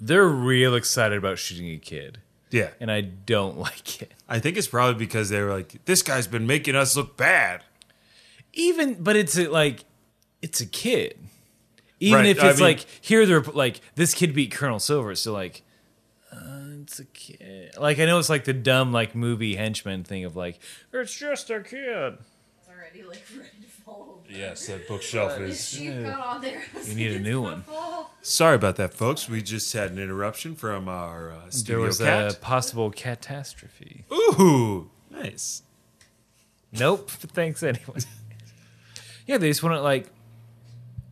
Speaker 1: they're real excited about shooting a kid,
Speaker 2: Yeah.
Speaker 1: and I don't like it.
Speaker 2: I think it's probably because they were like, this guy's been making us look bad.
Speaker 1: Even, but it's a, like, it's a kid. Even
Speaker 2: Right,
Speaker 1: if
Speaker 2: I
Speaker 1: it's
Speaker 2: mean-
Speaker 1: like here, they're like this kid beat Colonel Silver, so like. Uh, it's a kid. Like I know it's like the dumb like movie henchman thing of like it's just a kid.
Speaker 4: It's already like ready to fall over.
Speaker 2: Yes, that bookshelf
Speaker 4: The sheep got on there. I was
Speaker 1: You need
Speaker 4: like,
Speaker 1: a
Speaker 4: "It's
Speaker 1: new
Speaker 4: gonna
Speaker 1: one."
Speaker 4: fall.
Speaker 2: Sorry about that, folks. We just had an interruption from our uh,
Speaker 1: There
Speaker 2: studio
Speaker 1: was a
Speaker 2: cat.
Speaker 1: possible catastrophe.
Speaker 2: Ooh, nice.
Speaker 1: Nope. Thanks anyway. yeah, they just want to like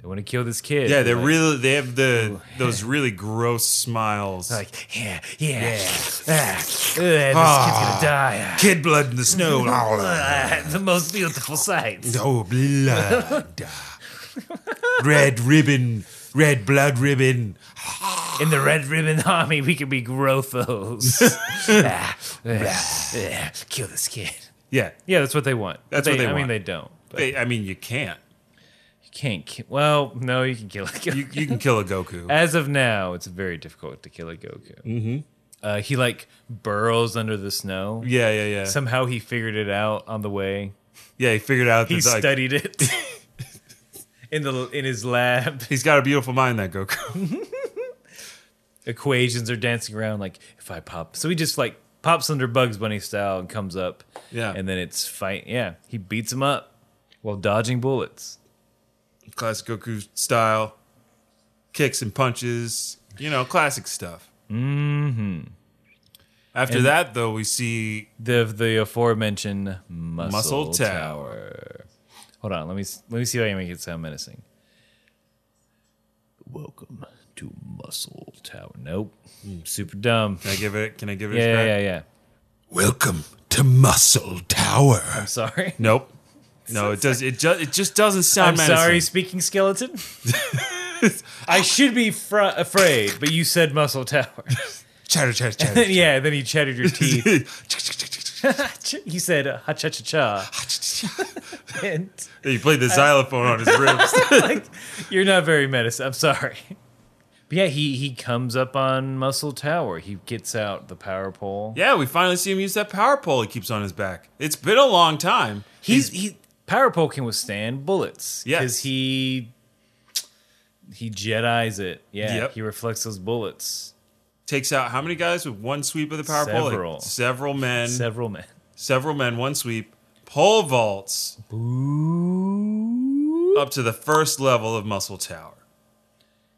Speaker 1: they want to kill this kid.
Speaker 2: Yeah, they're
Speaker 1: like,
Speaker 2: really. They have the those really gross smiles.
Speaker 1: like yeah, yeah, ah, ugh, this
Speaker 2: Ah.
Speaker 1: kid's gonna die.
Speaker 2: kid blood in the snow.
Speaker 1: Ah, the most beautiful sight.
Speaker 2: oh, blood. red ribbon. Red blood ribbon.
Speaker 1: In the Red Ribbon Army, we can be grothos. Ah, ah, ah, kill this kid.
Speaker 2: Yeah,
Speaker 1: Yeah, that's what they want.
Speaker 2: That's what they
Speaker 1: I mean,
Speaker 2: want.
Speaker 1: they don't. But
Speaker 2: they, I mean you can't.
Speaker 1: you can't. Ki- well, no, you can kill. kill
Speaker 2: You, you can kill a Goku.
Speaker 1: As of now, it's very difficult to kill a Goku. Mm-hmm. Uh, he like burrows under the snow.
Speaker 2: Yeah, yeah, yeah.
Speaker 1: Somehow he figured it out on the way.
Speaker 2: yeah, he figured out.
Speaker 1: He
Speaker 2: that, like,
Speaker 1: studied it in the in his lab.
Speaker 2: He's got a beautiful mind, that Goku.
Speaker 1: Equations are dancing around like if I pop. So he just like pops under Bugs Bunny style and comes up.
Speaker 2: Yeah.
Speaker 1: and then it's fight. Yeah, he beats him up while dodging bullets.
Speaker 2: classic Goku style, kicks and punches, you know, classic stuff. Mm-hmm. After that, though, we see
Speaker 1: The the aforementioned muscle,
Speaker 2: Muscle
Speaker 1: tower.
Speaker 2: Tower.
Speaker 1: Hold on, let me let me see if I can make it sound menacing. Welcome to Muscle Tower. Nope,
Speaker 2: Hmm.
Speaker 1: super dumb.
Speaker 2: Can I give it? Can I give it?
Speaker 1: Yeah,
Speaker 2: a
Speaker 1: yeah,
Speaker 2: try?
Speaker 1: yeah, yeah.
Speaker 2: Welcome to Muscle Tower.
Speaker 1: I'm sorry.
Speaker 2: Nope. No, it does. It just. It just doesn't
Speaker 1: I'm
Speaker 2: sound.
Speaker 1: sorry,
Speaker 2: menacing.
Speaker 1: speaking skeleton. I should be fr- afraid, but you said Muscle Tower.
Speaker 2: Chatter, chatter, chatter.
Speaker 1: yeah, then he chattered your teeth. you said uh, ha cha cha cha, and
Speaker 2: he played the xylophone on his ribs.
Speaker 1: like you're not very medicine. I'm sorry. But yeah, he he comes up on Muscle Tower. He gets out the power pole.
Speaker 2: yeah, we finally see him use that power pole he keeps on his back. It's been a long time.
Speaker 1: He's he power pole can withstand bullets.
Speaker 2: Yes.
Speaker 1: because he he Jedi's it. Yeah,
Speaker 2: Yep.
Speaker 1: he reflects those bullets.
Speaker 2: Takes out how many guys with one sweep of the power pole? Like,
Speaker 1: Several.
Speaker 2: several men.
Speaker 1: Several men.
Speaker 2: several men, one sweep, pole vaults up to the first level of Muscle Tower.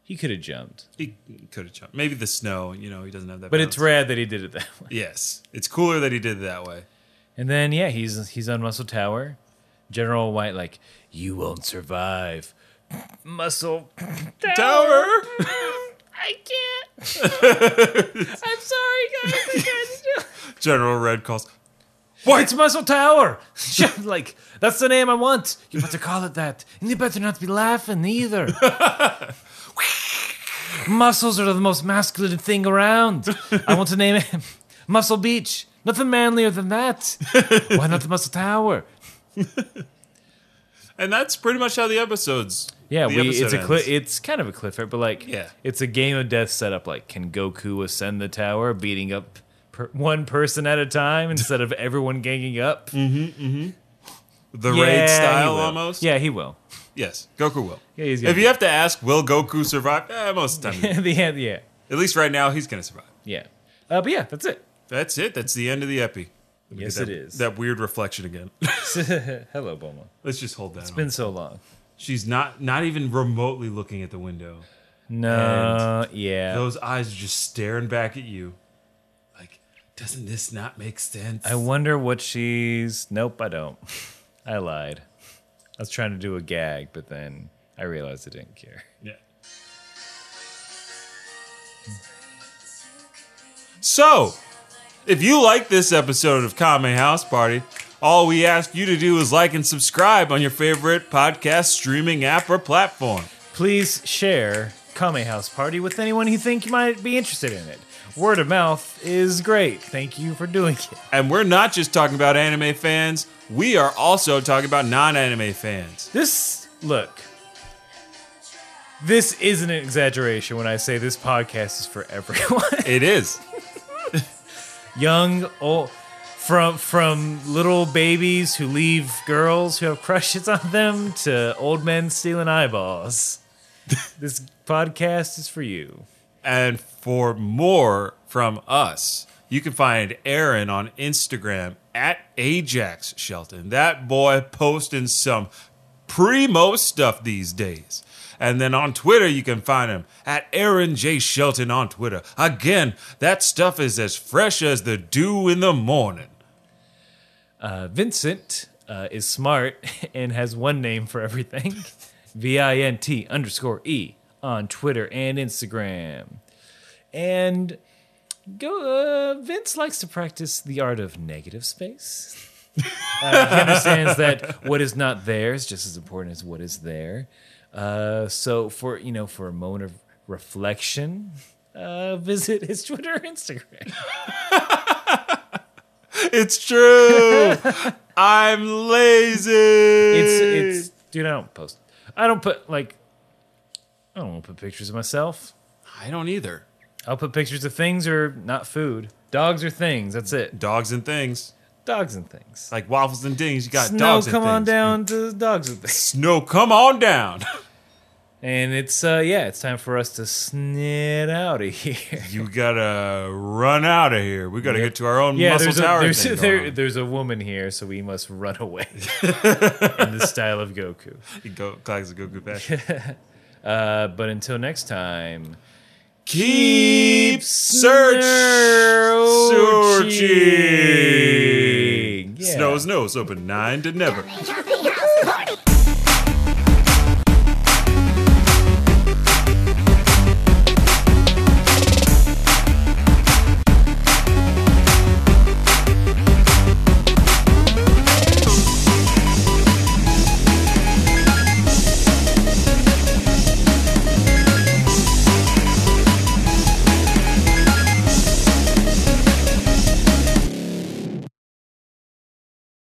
Speaker 1: He could have jumped,
Speaker 2: He could have jumped. Maybe the snow, you know, he doesn't have that.
Speaker 1: but it's
Speaker 2: balance.
Speaker 1: rad that he did it that way.
Speaker 2: Yes, it's cooler that he did it that way.
Speaker 1: And then yeah, he's he's on Muscle Tower. General White like, you won't survive. Muscle
Speaker 2: Tower.
Speaker 1: I can't. I'm sorry, guys. I can't do it.
Speaker 2: General Red calls.
Speaker 1: It's Muscle Tower. like, that's the name I want. You better call it that. And you better not be laughing either. Muscles are the most masculine thing around. I want to name it Muscle Beach. Nothing manlier than that. Why not the Muscle Tower?
Speaker 2: And that's pretty much how the episodes.
Speaker 1: Yeah,
Speaker 2: the
Speaker 1: we,
Speaker 2: episode
Speaker 1: it's a cli-
Speaker 2: ends.
Speaker 1: it's kind of a cliffhanger, but like
Speaker 2: Yeah.
Speaker 1: it's a game of death setup. Like, can Goku ascend the tower, beating up per- one person at a time instead of everyone ganging up?
Speaker 2: the
Speaker 1: Yeah,
Speaker 2: raid
Speaker 1: he
Speaker 2: style
Speaker 1: will.
Speaker 2: almost.
Speaker 1: Yeah, he will.
Speaker 2: Yes, Goku will.
Speaker 1: Yeah, he's gonna
Speaker 2: if you
Speaker 1: do
Speaker 2: have to ask, will Goku survive? Eh, most of the time,
Speaker 1: the end, yeah,
Speaker 2: at least right now, he's gonna survive.
Speaker 1: yeah. Uh, but yeah, that's it.
Speaker 2: That's it. That's the end of the epi. Let me
Speaker 1: Yes,
Speaker 2: get that,
Speaker 1: it is.
Speaker 2: That weird reflection again.
Speaker 1: Hello, Boma.
Speaker 2: Let's just hold that.
Speaker 1: It's
Speaker 2: on.
Speaker 1: been so long.
Speaker 2: She's not not even remotely looking at the window.
Speaker 1: No, yeah.
Speaker 2: Those eyes are just staring back at you. Like, doesn't this not make sense?
Speaker 1: I wonder what she's. Nope, I don't. I lied. I was trying to do a gag, but then I realized I didn't care.
Speaker 2: yeah. So, if you like this episode of Kame House Party, all we ask you to do is like and subscribe on your favorite podcast streaming app or platform.
Speaker 1: Please share Kame House Party with anyone you think might be interested in it. Word of mouth is great. Thank you for doing it.
Speaker 2: And we're not just talking about anime fans, we are also talking about non anime fans.
Speaker 1: This look. This isn't an exaggeration when I say this podcast is for everyone.
Speaker 2: It is.
Speaker 1: young, old, from from little babies who leave girls who have crushes on them to old men stealing eyeballs. this podcast is for you.
Speaker 2: And for more from us, you can find Aaron on Instagram at Ajax Shelton. That boy posting some primo stuff these days. And then on Twitter, you can find him at Aaron J. Shelton on Twitter. Again, that stuff is as fresh as the dew in the morning.
Speaker 1: Uh, Vincent uh, is smart and has one name for everything. V I N T underscore E on Twitter and Instagram. And go. Uh, Vince likes to practice the art of negative space. Uh, he understands that what is not there is just as important as what is there. Uh, so for you know, for a moment of reflection, uh, visit his Twitter or Instagram.
Speaker 2: It's true. I'm lazy.
Speaker 1: it's it's dude. I don't post. I don't put like. I don't want to put pictures of myself.
Speaker 2: I don't either.
Speaker 1: I'll put pictures of things or not food. Dogs or things. That's it.
Speaker 2: Dogs and things
Speaker 1: Dogs and things.
Speaker 2: like waffles and dings. You got
Speaker 1: Snow,
Speaker 2: dogs.
Speaker 1: come
Speaker 2: and
Speaker 1: on
Speaker 2: things.
Speaker 1: down to dogs and things.
Speaker 2: Snow, come on down.
Speaker 1: And it's uh yeah, it's time for us to snit out of here.
Speaker 2: You gotta run out of here. We gotta
Speaker 1: Yep.
Speaker 2: get to our own
Speaker 1: Yeah,
Speaker 2: muscle
Speaker 1: there's a,
Speaker 2: tower.
Speaker 1: there's,
Speaker 2: thing
Speaker 1: a,
Speaker 2: going
Speaker 1: there,
Speaker 2: on.
Speaker 1: there's a woman here, so we must run away in the style of Goku.
Speaker 2: You go, classic Goku fashion.
Speaker 1: Uh, but until next time,
Speaker 2: Keep search, searching.
Speaker 1: Yeah.
Speaker 2: Snow's nose open nine to never.
Speaker 5: Happy house party.